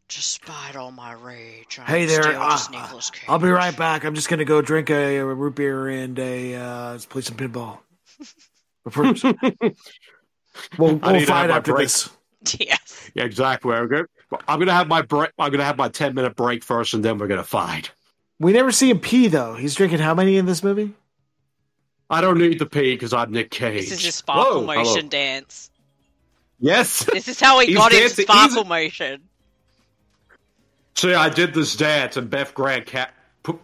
S6: Despite all my rage, I'm
S8: Hey there,
S6: still
S8: uh,
S6: just Nicolas Cage.
S8: I'll be right back. I'm just gonna go drink a, a root beer and a uh, let's play some pinball. But
S7: [LAUGHS]
S8: first, we'll,
S7: I need
S8: we'll
S7: to have
S8: fight
S7: my
S8: after
S7: break.
S8: this.
S6: Yes.
S7: Yeah, exactly. We're gonna- I'm gonna have my break. I'm gonna have my ten minute break first, and then we're gonna fight.
S8: We never see him pee though. He's drinking how many in this movie?
S7: I don't need the pee because I'm Nick Cage.
S6: This is his sparkle
S7: Whoa, hello.
S6: motion dance.
S7: Yes. [LAUGHS]
S6: This is how he
S7: He's
S6: got his
S7: dancing-
S6: sparkle motion.
S7: See, I did this dance, and Beth Grant ca- pu-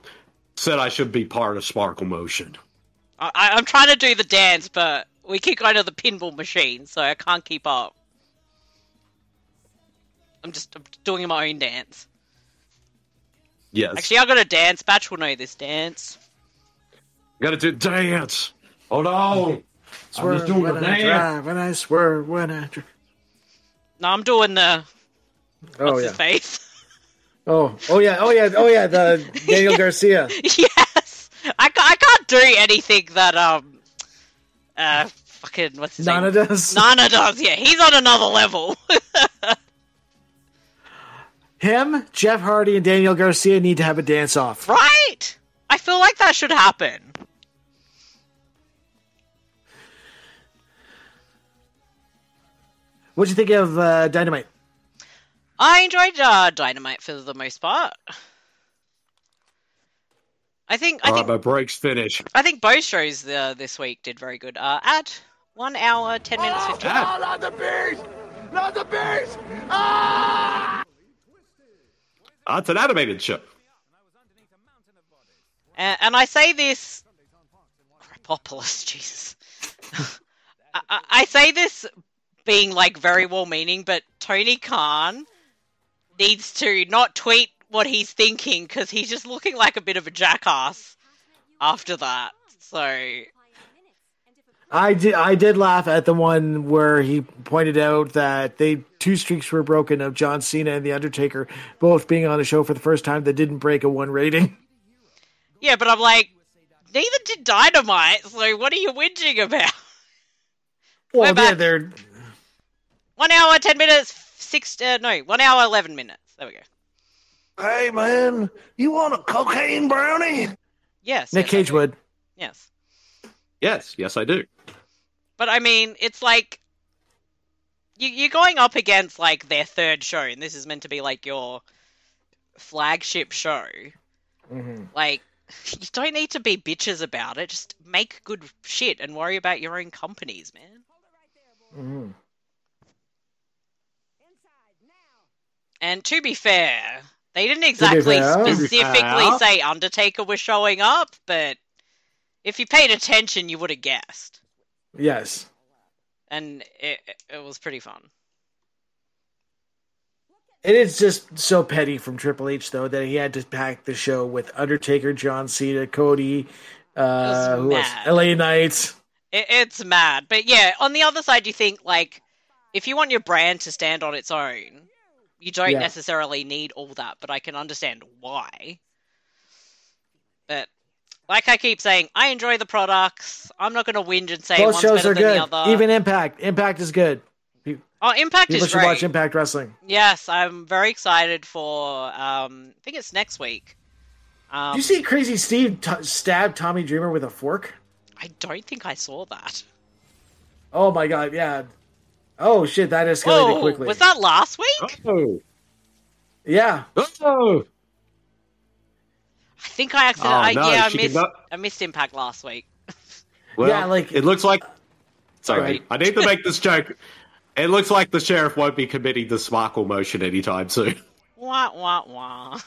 S7: said I should be part of Sparkle Motion.
S6: I, I, I'm trying to do the dance, but we keep going to the pinball machine, so I can't keep up. I'm just I'm doing my own dance.
S7: Yes.
S6: Actually, I got a dance. Batch will know this dance.
S7: Gotta do dance. Oh no! I'm just doing
S8: when
S7: a
S8: I
S7: dance.
S8: drive, and I swear when I drive.
S6: No, I'm doing the
S8: Oh
S6: what's
S8: yeah.
S6: his face.
S8: Oh oh yeah oh yeah oh yeah the
S7: [LAUGHS]
S8: Daniel Garcia.
S6: yes, I, ca- I can't do anything that um uh fucking what's his
S8: Nana
S6: name? [LAUGHS]
S8: does.
S6: Nana does. Yeah, he's on another level. [LAUGHS]
S8: Him, Jeff Hardy, and Daniel Garcia need to have a dance off.
S6: right? I feel like that should happen.
S8: What'd you think of uh, Dynamite?
S6: I enjoyed uh, Dynamite for the most part. I think I
S7: All
S6: think
S7: right, my break's finished.
S6: I think both shows uh, this week did very good. Uh, at one hour ten minutes fifty.
S7: Ah.
S17: not the beast! Not the beast! Ah!
S7: Ah, That's an animated show.
S6: And, and I say this, Cryptopolis, [LAUGHS] Jesus. I- I, I say this being like very well meaning, but Tony Khan needs to not tweet what he's thinking because he's just looking like a bit of a jackass after that. So
S8: I did. I did laugh at the one where he pointed out that they two streaks were broken of John Cena and The Undertaker both being on a show for the first time that didn't break a one rating.
S6: Yeah, but I'm like, neither did Dynamite, so what are you whinging about?
S8: Well, yeah, they're
S6: One hour, ten minutes, six, uh, no, one hour, eleven minutes. There we go.
S19: Hey, man, you want a cocaine brownie?
S6: Yes.
S8: Nick
S6: yes, I
S8: Cage
S6: do.
S8: would.
S6: Yes.
S7: Yes, yes, I do.
S6: But I mean, it's like you, you're going up against like their third show, and this is meant to be like your flagship show.
S8: Mm-hmm.
S6: Like, [LAUGHS] you don't need to be bitches about it. Just make good shit and worry about your own companies, man. And to be fair, they didn't exactly
S15: fair. To be
S6: specifically
S15: fair.
S6: say Undertaker was showing up, but if you paid attention, you would have guessed.
S8: Yes.
S6: and it, it was pretty fun.
S8: It is just so petty from Triple H though that he had to pack the show with Undertaker, John Cena, Cody, uh, who else?
S6: mad.
S8: LA Knights.
S6: It, it's mad, but yeah. On the other side, you think like if you want your brand to stand on its own, you don't
S8: Yeah.
S6: necessarily need all that. But I can understand why. But like I keep saying, I enjoy the products. I'm not going to whinge and say
S8: Both
S6: one's
S8: shows
S6: better
S8: are
S6: than
S8: good.
S6: the other.
S8: Even Impact. Impact is good. Pe-
S6: oh, Impact
S8: People
S6: is
S8: should
S6: great.
S8: watch Impact Wrestling.
S6: Yes, I'm very excited for. Um, I think it's next week. Um,
S8: Did you see Crazy Steve t- stab Tommy Dreamer with a fork?
S6: I don't think I saw that.
S8: Oh my god, yeah. Oh shit, that escalated
S6: Whoa,
S8: quickly.
S6: was that last week?
S7: Oh.
S8: Yeah.
S7: Oh.
S6: I think I accident-
S7: Oh,
S6: I,
S7: no,
S6: yeah, I
S7: she
S6: missed.
S7: cannot-
S6: I missed Impact last week.
S7: Well,
S6: Yeah,
S8: like
S7: it looks like. Sorry,
S6: Right.
S7: I need to make this joke. It looks like the sheriff won't be committing the sparkle motion anytime soon.
S6: Wah wah wah.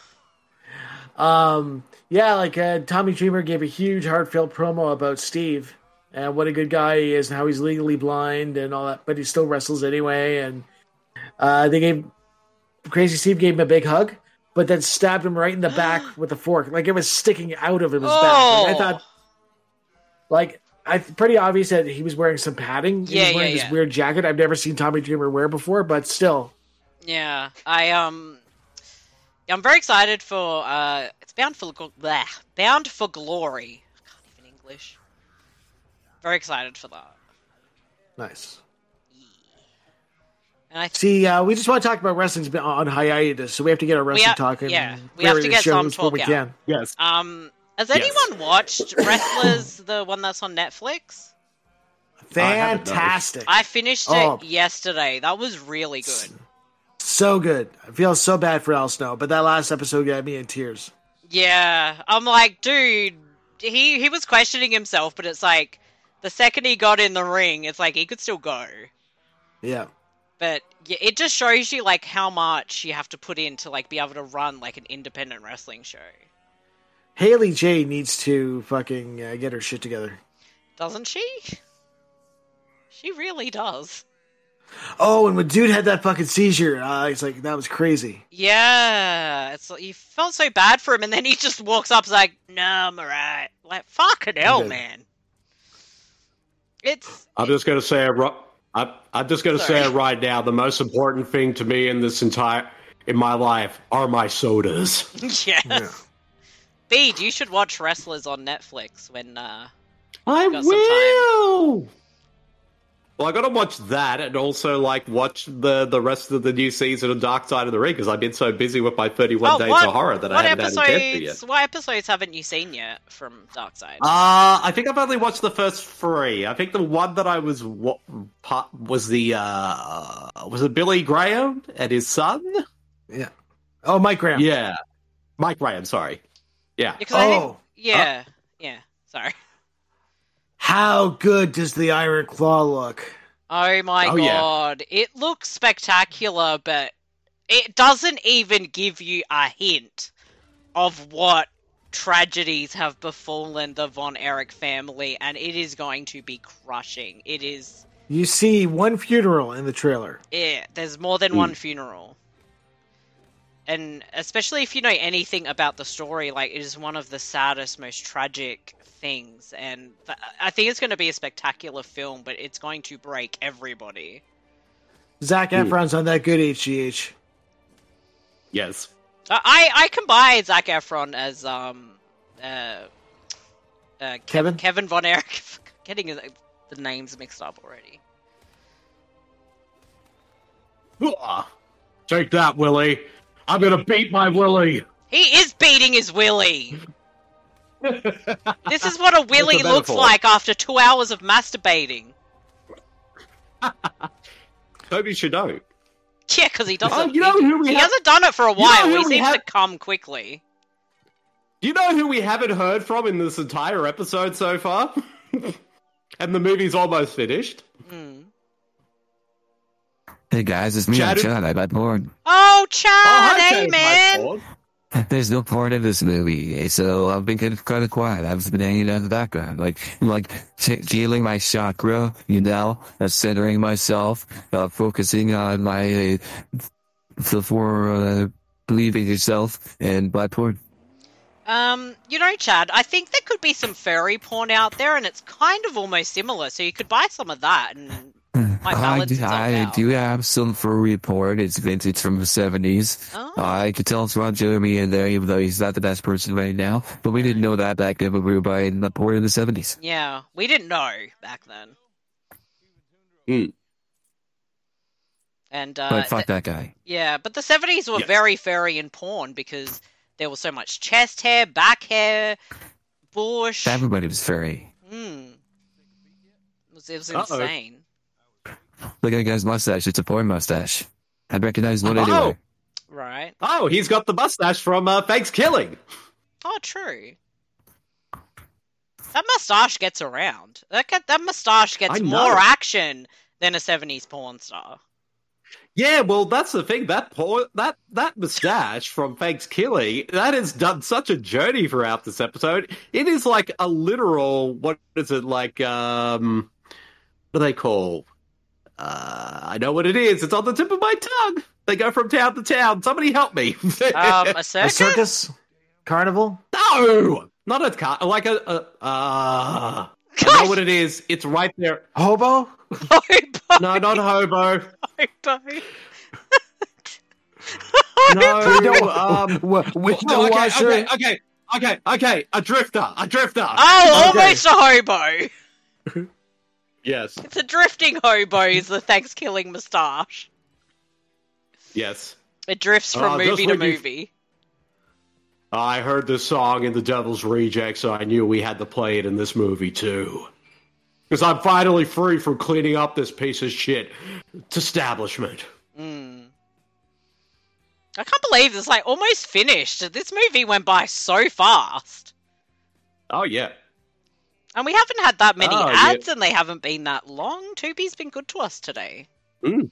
S8: Um, yeah, like uh, Tommy Dreamer gave a huge heartfelt promo about Steve and what a good guy he is and how he's legally blind and all that, but he still wrestles anyway. And uh, they gave Crazy Steve gave him a big hug, but then stabbed
S6: [GASPS]
S8: him right in the back with a fork, like it was sticking out of his back. Like, I
S6: Oh.
S8: thought, like, I pretty obvious that he was wearing some padding. he
S6: Yeah,
S8: was
S6: yeah,
S8: wearing this
S6: yeah.
S8: weird jacket I've never seen Tommy Dreamer wear before, but still,
S6: Yeah, I um, I'm very excited for uh, it's bound for Gl- bleh, bound for glory. I can't even English. Very excited for that.
S8: nice.
S6: And I
S8: See, uh, we just want to talk about wrestling's been on hiatus, so we have to get our wrestling
S6: have-
S8: talking.
S6: yeah, we have to get some talk
S8: we
S6: out.
S8: can.
S7: Yes.
S6: Um, has
S8: Yes.
S6: anyone watched Wrestlers, the one that's on Netflix?
S7: Oh,
S8: Fantastic.
S6: I finished
S8: Oh.
S6: it yesterday. That was really good.
S8: So good. I feel so bad for Al Snow, but that last episode got me in tears.
S6: Yeah, I'm like, dude, he he was questioning himself, but it's like the second he got in the ring, it's like he could still go.
S8: Yeah.
S6: But yeah, it just shows you like how much you have to put in to like be able to run like an independent wrestling show,
S8: Haley J needs to fucking uh, get her shit together.
S6: doesn't she? She really does.
S8: Oh, and when dude had that fucking seizure, uh, it's like that was crazy.
S6: Yeah, it's like you felt so bad for him, and then he just walks up, is like, "No, I'm alright." Like, fucking hell,
S7: Yeah.
S6: man. It's
S7: I'm just going to say it. ri- I, I'm just going to say it
S6: Sorry.
S7: right now. The most important thing to me in this entire in my life are my sodas.
S6: [LAUGHS] yes. Bede, you should watch Wrestlers on Netflix when uh
S7: I
S6: got some time.
S7: will. Well, I got to watch that and also like watch the the rest of the new season of Dark Side of the Ring because I've been so busy with my 31
S6: Oh,
S7: Days
S6: what,
S7: of Horror that I
S6: what
S7: haven't had a chance to yet.
S6: episodes? What episodes haven't you seen yet from Dark Side?
S7: Uh, I think I've only watched the first three. I think the one that I was what part was the uh was it Billy Graham and his son?
S8: Yeah. Oh, Mike Graham.
S7: Yeah, Mike Graham. Sorry. Yeah.
S6: Because I
S8: Oh,
S7: oh,
S6: think,
S7: uh,
S6: yeah, yeah. Sorry.
S8: How good does the Iron Claw look?
S6: Oh my
S8: Oh, yeah.
S6: god, it looks spectacular, but it doesn't even give you a hint of what tragedies have befallen the Von Erich family, and it is going to be crushing. It is.
S8: You see one funeral in the trailer.
S6: Yeah, there's more than
S8: Mm.
S6: one funeral. And especially if you know anything about the story, like it is one of the saddest, most tragic things. And th- I think it's going to be a spectacular film, but it's going to break everybody.
S8: Zach
S7: Mm.
S8: Efron's on that good HGH.
S7: Yes.
S6: I I, I can buy Zac Efron as um uh, uh Ke-
S8: Kevin?
S6: Kevin Von Erich. [LAUGHS] Getting his, the names mixed up already.
S7: Hoo-ah. Take that, Willie. I'm gonna beat my Willie.
S6: He is beating his willy. this is what a willy
S7: That's a
S6: looks
S7: metaphor.
S6: like after two hours of masturbating. [LAUGHS]
S7: Toby should know.
S6: Yeah, because he doesn't.
S7: Oh, you know
S6: he
S7: who we
S6: he
S7: have-
S6: hasn't done it for a
S7: You know
S6: while.
S7: who
S6: he
S7: we
S6: seems to
S7: have-
S6: come quickly.
S7: You know who we haven't heard from in this entire episode so far? [LAUGHS] and the movie's almost finished.
S3: Hey guys, it's me,
S7: Chad-
S3: Chad. I got bored. [LAUGHS]
S6: Oh, Chad, hey
S7: Chad,
S6: man.
S3: There's no part of this movie, eh, so I've been kind of, kind of quiet. I've been hanging out in the background, like like t- healing my chakra, you know, uh, centering myself, uh, focusing on my uh, the for uh, believing yourself and by porn.
S6: Um, you know, Chad, I think there could be some furry porn out there, and it's kind of almost similar. So you could buy some of that, and my
S3: Hmm. I,
S6: balance
S3: do- I do have some furry porn. It's vintage from the 70s. I could tell it's Ron Jeremy in there, even though he's not the best person right now. But we didn't know that back then when we were buying the porn in the 70s.
S6: Yeah, we didn't know back then, and uh,
S3: but fuck that
S6: th-
S3: guy.
S6: yeah, but the seventies were
S3: Yes.
S6: very furry in porn because there was so much chest hair, back hair, bush.
S3: Everybody was furry.
S6: Hmm. It was, it was
S3: Uh-oh.
S6: insane.
S3: Look at that guy's mustache. It's a porn mustache. I recognize one
S7: Oh.
S3: anyway.
S6: Right.
S7: Oh, he's got the mustache from uh, Thanksgiving.
S6: Oh, true. That mustache gets around. That get, that mustache
S7: I
S6: gets
S7: know.
S6: more action than a '70s porn star. [LAUGHS]
S7: Yeah, well, that's the thing. That poor, that that mustache from Thanksgiving that has done such a journey throughout this episode. It is like a literal. What is it like? Um, what do they call? Uh, I know what it is. It's on the tip of my tongue. They go from town to town. Somebody help me. [LAUGHS]
S6: Um, a circus?
S8: circus? Carnival?
S7: No, not a car. Like a. a uh, I know what it is. It's right there.
S6: [LAUGHS]
S8: Hobo?
S7: No, not hobo.
S6: [LAUGHS]
S8: No,
S7: no, um,
S8: the
S7: okay,
S8: washer-
S7: okay, okay, okay, okay, a drifter, a drifter.
S6: Oh,
S7: Okay.
S6: almost a hobo.
S7: [LAUGHS] Yes,
S6: It's a drifting hobo. Is the Thanksgiving mustache?
S7: yes.
S6: It drifts from
S7: Oh, just
S6: movie to
S7: when you-
S6: movie.
S7: I heard this song in The Devil's Reject, so I knew we had to play it in this movie too. Because I'm finally free from cleaning up this piece of shit establishment.
S6: Mm. I can't believe it's like almost finished. This movie went by so fast.
S7: Oh yeah,
S6: And we haven't had that many
S7: Oh, yeah.
S6: ads, and they haven't been that long. Tubi's been good to us today.
S7: Mm.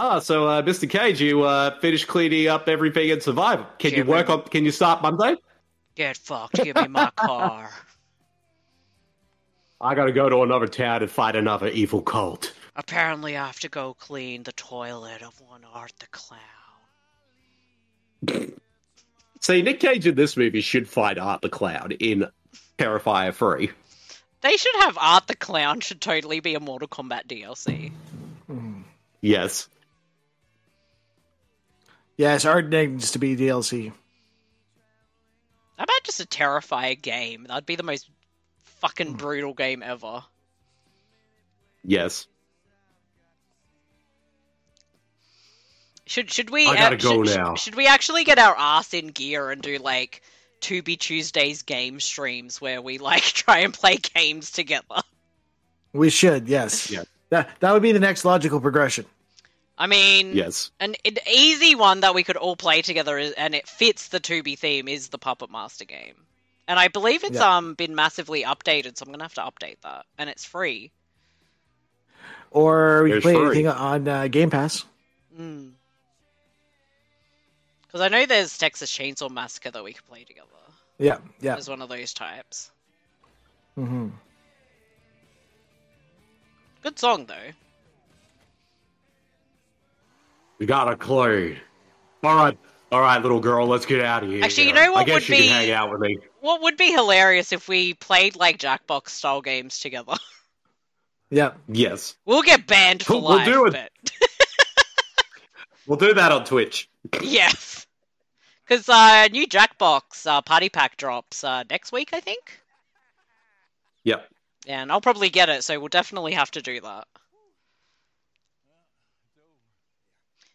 S7: Ah, so uh, Mr. Cage, you uh, finished cleaning up everything and survive. Can you work on? Can you start Monday?
S6: Get fucked. Give me
S7: [LAUGHS]
S6: my car.
S7: I gotta go to another town and fight another evil cult.
S6: Apparently, I have to go clean the toilet of one Art the Clown.
S7: See, Nick Cage in this movie should fight Art the Clown in Terrifier 3.
S6: They should have Art the Clown. Should totally be a Mortal Kombat DLC.
S8: Hmm.
S7: Yes.
S8: Yes, Art needs to be DLC.
S6: How about just a Terrifier game? That'd be the most
S7: Hmm.
S6: fucking brutal game ever.
S7: Yes.
S6: Should should we?
S7: I gotta
S6: uh,
S7: go
S6: should,
S7: now.
S6: Should we actually get our ass in gear and do like To Be Tuesdays game streams where we like [LAUGHS] try and play games together?
S8: We should, yes.
S7: Yeah.
S8: That, that would be the next logical progression.
S6: I mean,
S7: Yes.
S6: an, an easy one that we could all play together is, and it fits the Tubi theme is the Puppet Master game, and I believe it's
S8: Yeah.
S6: um been massively updated, so I'm gonna have to update that, and it's free.
S8: Or we can
S6: There's
S8: play
S6: furry.
S8: anything on uh, Game Pass.
S6: Because I know there's Texas Chainsaw Massacre that we could play together.
S8: Yeah, yeah.
S6: Is one of those types.
S8: Mm-hmm.
S6: Good song though.
S7: We got a clue. All right, all right, little girl, let's get out of here.
S6: Actually, you know what
S7: I guess
S6: would
S7: you
S6: be-
S7: can hang out with me.
S6: What would be hilarious if we played like Jackbox style games together? [LAUGHS]
S8: Yeah.
S7: Yes.
S6: we'll get banned for
S7: We'll
S6: life.
S7: do it.
S6: but-
S7: We'll do that on Twitch.
S6: [LAUGHS] yes. Because uh, new Jackbox uh, Party Pack drops uh, next week, I think.
S7: Yep.
S6: Yeah, and I'll probably get it, so we'll definitely have to do that.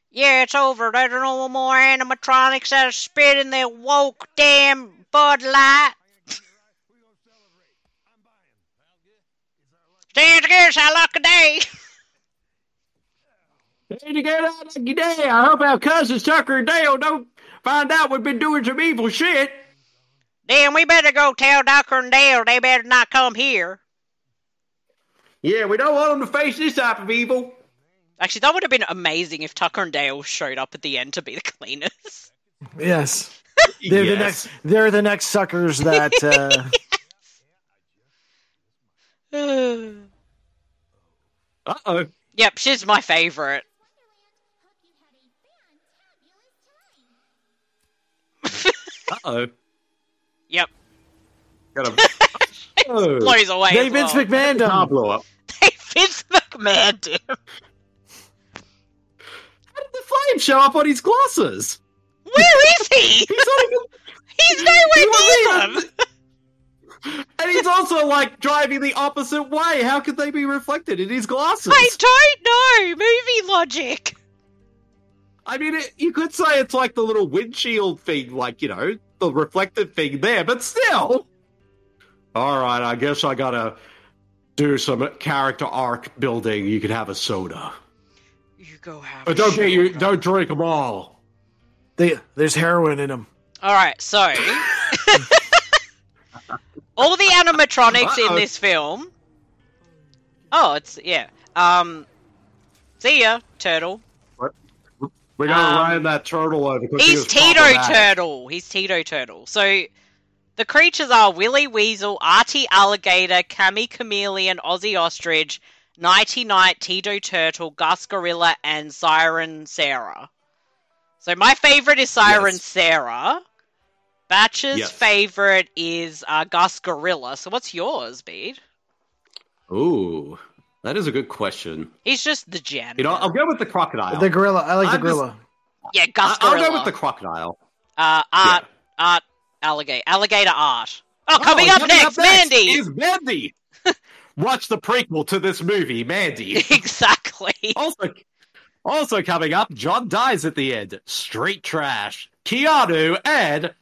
S6: Yeah, it's over. There are no more animatronics that are spitting their woke damn Bud Light. Stands against our lucky day.
S20: Hey, to get out of your day. I hope our cousins Tucker and Dale don't find out we've been doing some evil shit.
S6: Damn, we better go tell Docker and Dale they better not come here.
S20: Yeah, we don't want them to face this type of evil.
S6: Actually, that would have been amazing if Tucker and Dale showed up at the end to be the [LAUGHS] cleaners.
S7: [LAUGHS]
S8: Yes. They're the next. They're the next suckers that. Uh,
S6: yep,
S7: Uh oh.
S6: she's my favorite. [LAUGHS]
S7: Uh oh.
S6: Yep. [LAUGHS]
S7: Got a. Oh.
S6: blows away
S8: They as Vince well. McMahon done.
S7: Car blow up.
S6: Vince McMahon, dude.
S7: The flame show up on his glasses.
S6: Where is he? He's
S7: not even.
S6: He's nowhere
S7: near them. And he's also like driving the opposite way. How could they be reflected in his glasses?
S6: I don't know. Movie logic.
S7: I mean, it, you could say it's like the little windshield thing, like, you know, the reflective thing there, but still. All right, I guess I gotta do some character arc building. You can have a soda.
S6: You go have
S7: But don't get you don't drink them all.
S8: they, there's heroin in them.
S6: All right, so [LAUGHS] all the animatronics
S8: Uh-oh.
S6: in this film. Oh, it's yeah. Um, see ya, turtle.
S7: We're gonna
S6: Um,
S7: run that turtle over. 'cause he
S6: He's
S7: was
S6: Tito
S7: problematic.
S6: Turtle. He's Tito Turtle. So the creatures are Willy Weasel, Artie Alligator, Cammy Chameleon, Aussie Ostrich, Nighty Night, Tito Turtle, Gus Gorilla, and Siren Sarah. So my favorite is Siren Sarah. Batch's
S7: Yes.
S6: favorite is uh, Gus Gorilla. So what's yours, Bede?
S7: Ooh, that is a good question.
S6: He's just the janitor.
S7: You know, I'll go with the crocodile.
S8: The gorilla. I like
S7: I'm
S8: the
S7: just-
S8: gorilla.
S6: yeah, Gus
S7: I'll
S6: Gorilla.
S7: go with the crocodile.
S6: uh, art, art, alligator, alligator art. Oh, coming
S7: Oh,
S6: up next, Mandy. [LAUGHS]
S7: is Mandy. Watch the prequel to this movie, Mandy.
S6: exactly.
S7: Also, also coming up, John dies at the end. Street trash. Keanu and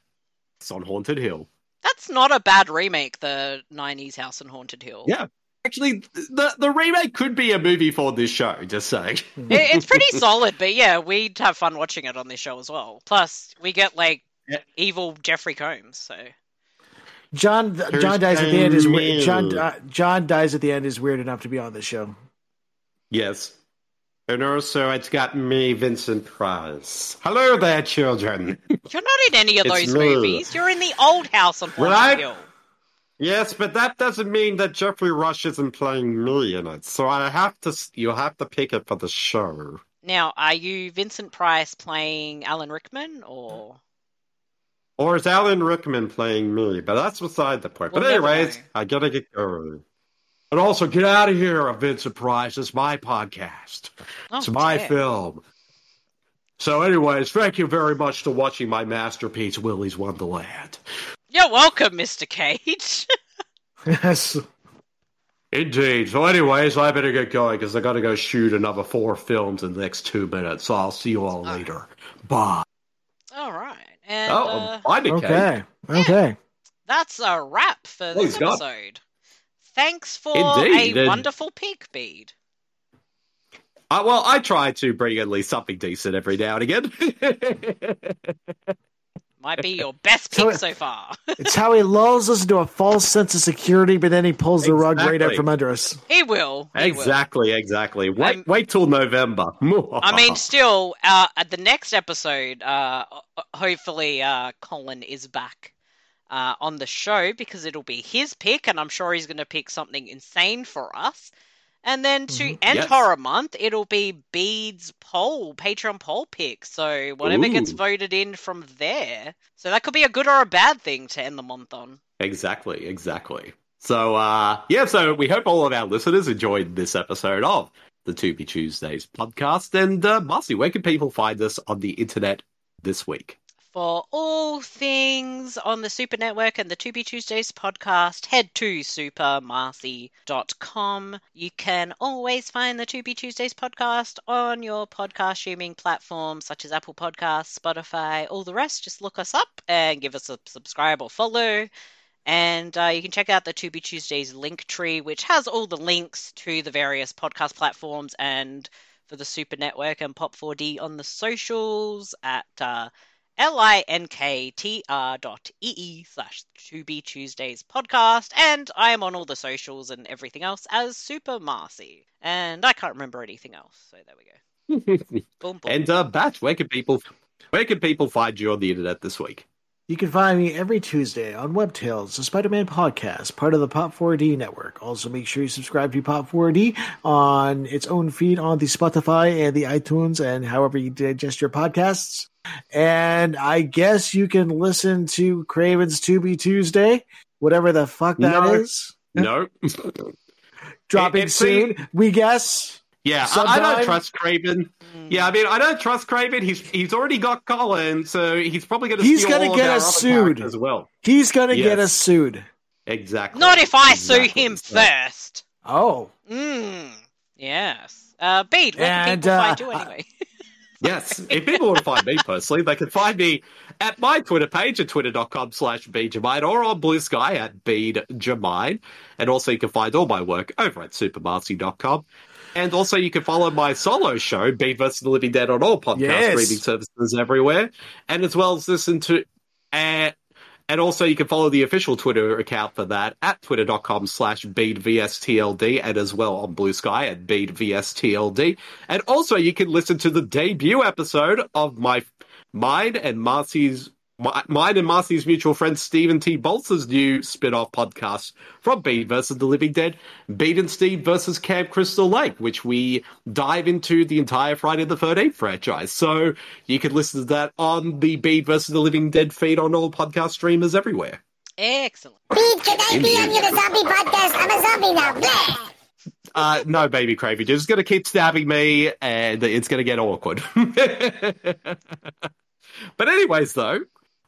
S7: it's on Haunted Hill.
S6: That's not a bad remake, the 90s House on Haunted Hill.
S7: Yeah, actually, the the remake could be a movie for this show. Just saying,
S6: It- it's
S7: [LAUGHS]
S6: pretty [LAUGHS] solid, but yeah, we'd have fun watching it on this show as well. Plus, we get like evil Jeffrey Combs, so.
S8: John
S7: There's
S8: John dies at the end is weird.
S7: Camille.
S8: John uh, John dies at the end is weird enough to be on this show.
S7: Yes. And also, it's got me, Vincent Price. Hello there, children.
S6: You're not in any of
S7: It's
S6: those
S7: me.
S6: movies. You're in the old House on Haunted
S7: Right?
S6: Hill.
S7: Yes, but that doesn't mean that Jeffrey Rush isn't playing me in it. So I have to. You have to pick it for the show.
S6: Now, are you Vincent Price playing Alan Rickman, or
S7: Or is Alan Rickman playing me? But that's beside the point.
S6: We'll
S7: but
S6: never
S7: anyways, I gotta get going. And also, get out of here, Vincent Price. It's my podcast.
S6: Oh,
S7: it's my
S6: dear.
S7: film. So, anyways, thank you very much to watching my masterpiece, Willy's Wonderland.
S6: you're welcome, Mr. Cage. [LAUGHS]
S8: Yes.
S7: Indeed. So, anyways, I better get going because I got to go shoot another four films in the next two minutes. So, I'll see you all
S6: Ah.
S7: later. Bye.
S6: All right, and
S7: Oh,
S6: uh,
S7: I'm a
S8: Okay. Okay.
S6: that's a wrap for
S7: Thanks,
S6: this
S7: God.
S6: episode. Thanks for
S7: Indeed,
S6: a
S7: and-
S6: wonderful pick, Bede.
S7: Uh, well, I try to bring at least something decent every now and again. [LAUGHS]
S6: Might be your best
S8: So
S6: pick
S8: it-
S6: so far.
S8: It's how he lulls us into a false sense of security, but then he pulls the rug right out
S7: Exactly.
S8: from under us.
S6: He will. He
S7: exactly, exactly. Wait, wait till November. [LAUGHS]
S6: Will. I mean, still, uh, at the next episode, uh, hopefully, uh, Colin is back uh, on the show because it'll be his pick, and I'm sure he's going to pick something insane for us. And then to
S7: Mm-hmm.
S11: Mhm.
S6: end
S11: Yes.
S6: horror month, it'll be Bede's poll, Patreon poll pick. So whatever gets
S7: Ooh.
S6: voted in from there. So that could be a good or a bad thing to end the month on.
S7: Exactly, exactly. So, uh, yeah, so we hope all of our listeners enjoyed this episode of the To Be Tuesdays podcast. And, uh, Marcy, where can people find us on the internet this
S6: [LAUGHS]
S7: week?
S6: For all things on the Super Network and the To Be Tuesdays podcast, head to supermarcy.com. You can always find the To Be Tuesdays podcast on your podcast streaming platforms such as Apple Podcasts, Spotify, all the rest. Just look us up and give us a subscribe or follow. And uh, you can check out the To Be Tuesdays link tree, which has all the links to the various podcast platforms and for the Super Network and Pop4D on the socials at uh, linktr dot ee slash To Be Tuesdays podcast. And I am on all the socials and everything else as Super Marcy. And I can't remember anything else, so there we go.
S7: And, uh, Batch, where can people, where can people find you on the internet this week?
S8: You can find me every Tuesday on WebTales, the Spider Man podcast, part of the Pop4D network. Also, make sure you subscribe to Pop4D on its own feed on the Spotify and the iTunes and however you digest your podcasts. And I guess you can listen to Craven's To Be Tuesday, whatever the fuck that is.
S7: No. [LAUGHS]
S8: Dropping
S7: It- it's
S8: soon, we guess.
S7: Yeah, I- I,
S8: Sometime.
S7: don't trust Craven. Yeah, I mean, I don't trust Craven. He's he's already got Colin, so he's probably going to
S8: He's
S7: going
S8: gonna
S7: to
S8: get us sued.
S7: as well.
S8: He's going to get
S7: Yes.
S8: us sued.
S7: Exactly.
S6: Not if I sue him first.
S8: Oh.
S6: Mm, yes. Uh, Bede, where can
S7: And,
S6: people
S7: uh,
S6: find you anyway?
S7: Yes, if people want to find me personally, they can find me at my Twitter page at twitter.com slash bjamine or on Blue Sky at beadjamine. And also you can find all my work over at supermarcy.com. And also you can follow my solo show, Bead vs. the Living Dead, on all podcast
S20: Yes.
S7: streaming services everywhere. And as well as listen to... Uh, and also, you can follow the official Twitter account for that at twitter.com slash beadvstld and as well on Blue Sky at beadvstld. And also, you can listen to the debut episode of my mine and Marcy's my, mine and Marcy's mutual friend Stephen T. Boltz's new spin-off podcast from Bead versus the Living Dead, Bead and Steve versus Camp Crystal Lake, which we dive into the entire Friday the 13th franchise. So you can listen to that on the Bead versus the Living Dead feed on all podcast streamers everywhere.
S6: Excellent.
S16: Pete, can I be on your zombie podcast? I'm a zombie now. Blah.
S7: Uh, no, baby Cravey, you're just going to keep stabbing me and it's going to get awkward. [LAUGHS] but, anyways, though,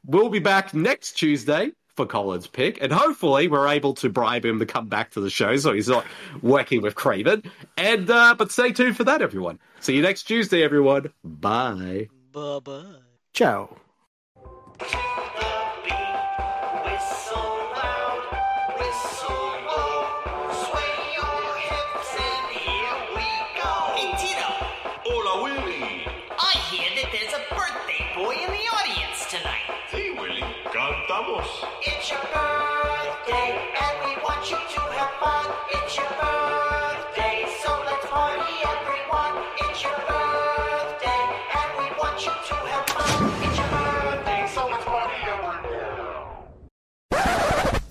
S7: we'll be back next Tuesday for Colin's pick, and hopefully we're able to bribe him to come back to the show so he's not working with Craven. And uh, But stay tuned for that, everyone. See you next Tuesday, everyone. Bye.
S6: Bye bye.
S8: Ciao.
S11: Whistle loud, whistle low, sway your hips and here we go. Hey Tito, hola Willie. I hear that there's a birthday boy in the audience tonight. Hey Willie, cantamos. It's your birthday and we want you to have fun. It's your birthday, so let's party everyone. It's your birthday and we want you to have fun. It's your birthday, so let's party everyone.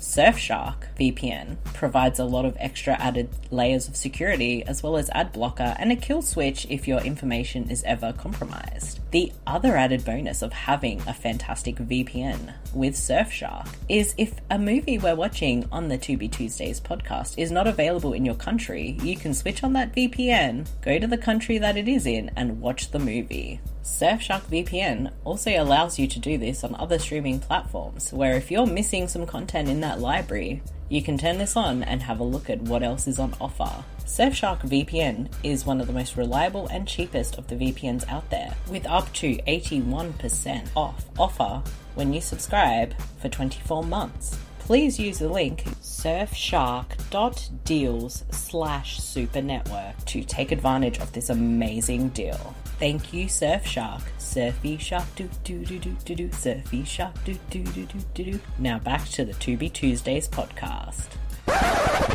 S15: Surfshark VPN provides a lot of extra added layers of security, as well as ad blocker and a kill switch if your information is ever compromised. The other added bonus of having a fantastic VPN with Surfshark is if a movie we're watching on the To Be Tuesdays podcast is not available in your country, you can switch on that VPN, go to the country that it is in, and watch the movie. Surfshark VPN also allows you to do this on other streaming platforms, where if you're missing some content in that library, you can turn this on and have a look at what else is on offer. Surfshark VPN is one of the most reliable and cheapest of the VPNs out there, with up to 81% off offer when you subscribe for 24 months. Please use the link surfshark.deals slash supernetwork to take advantage of this amazing deal.
S6: Thank you, Surf Shark. Surfy Shark do do do do do do. Surfy Shark do do do do do do. Now back to the To Be Tuesdays podcast.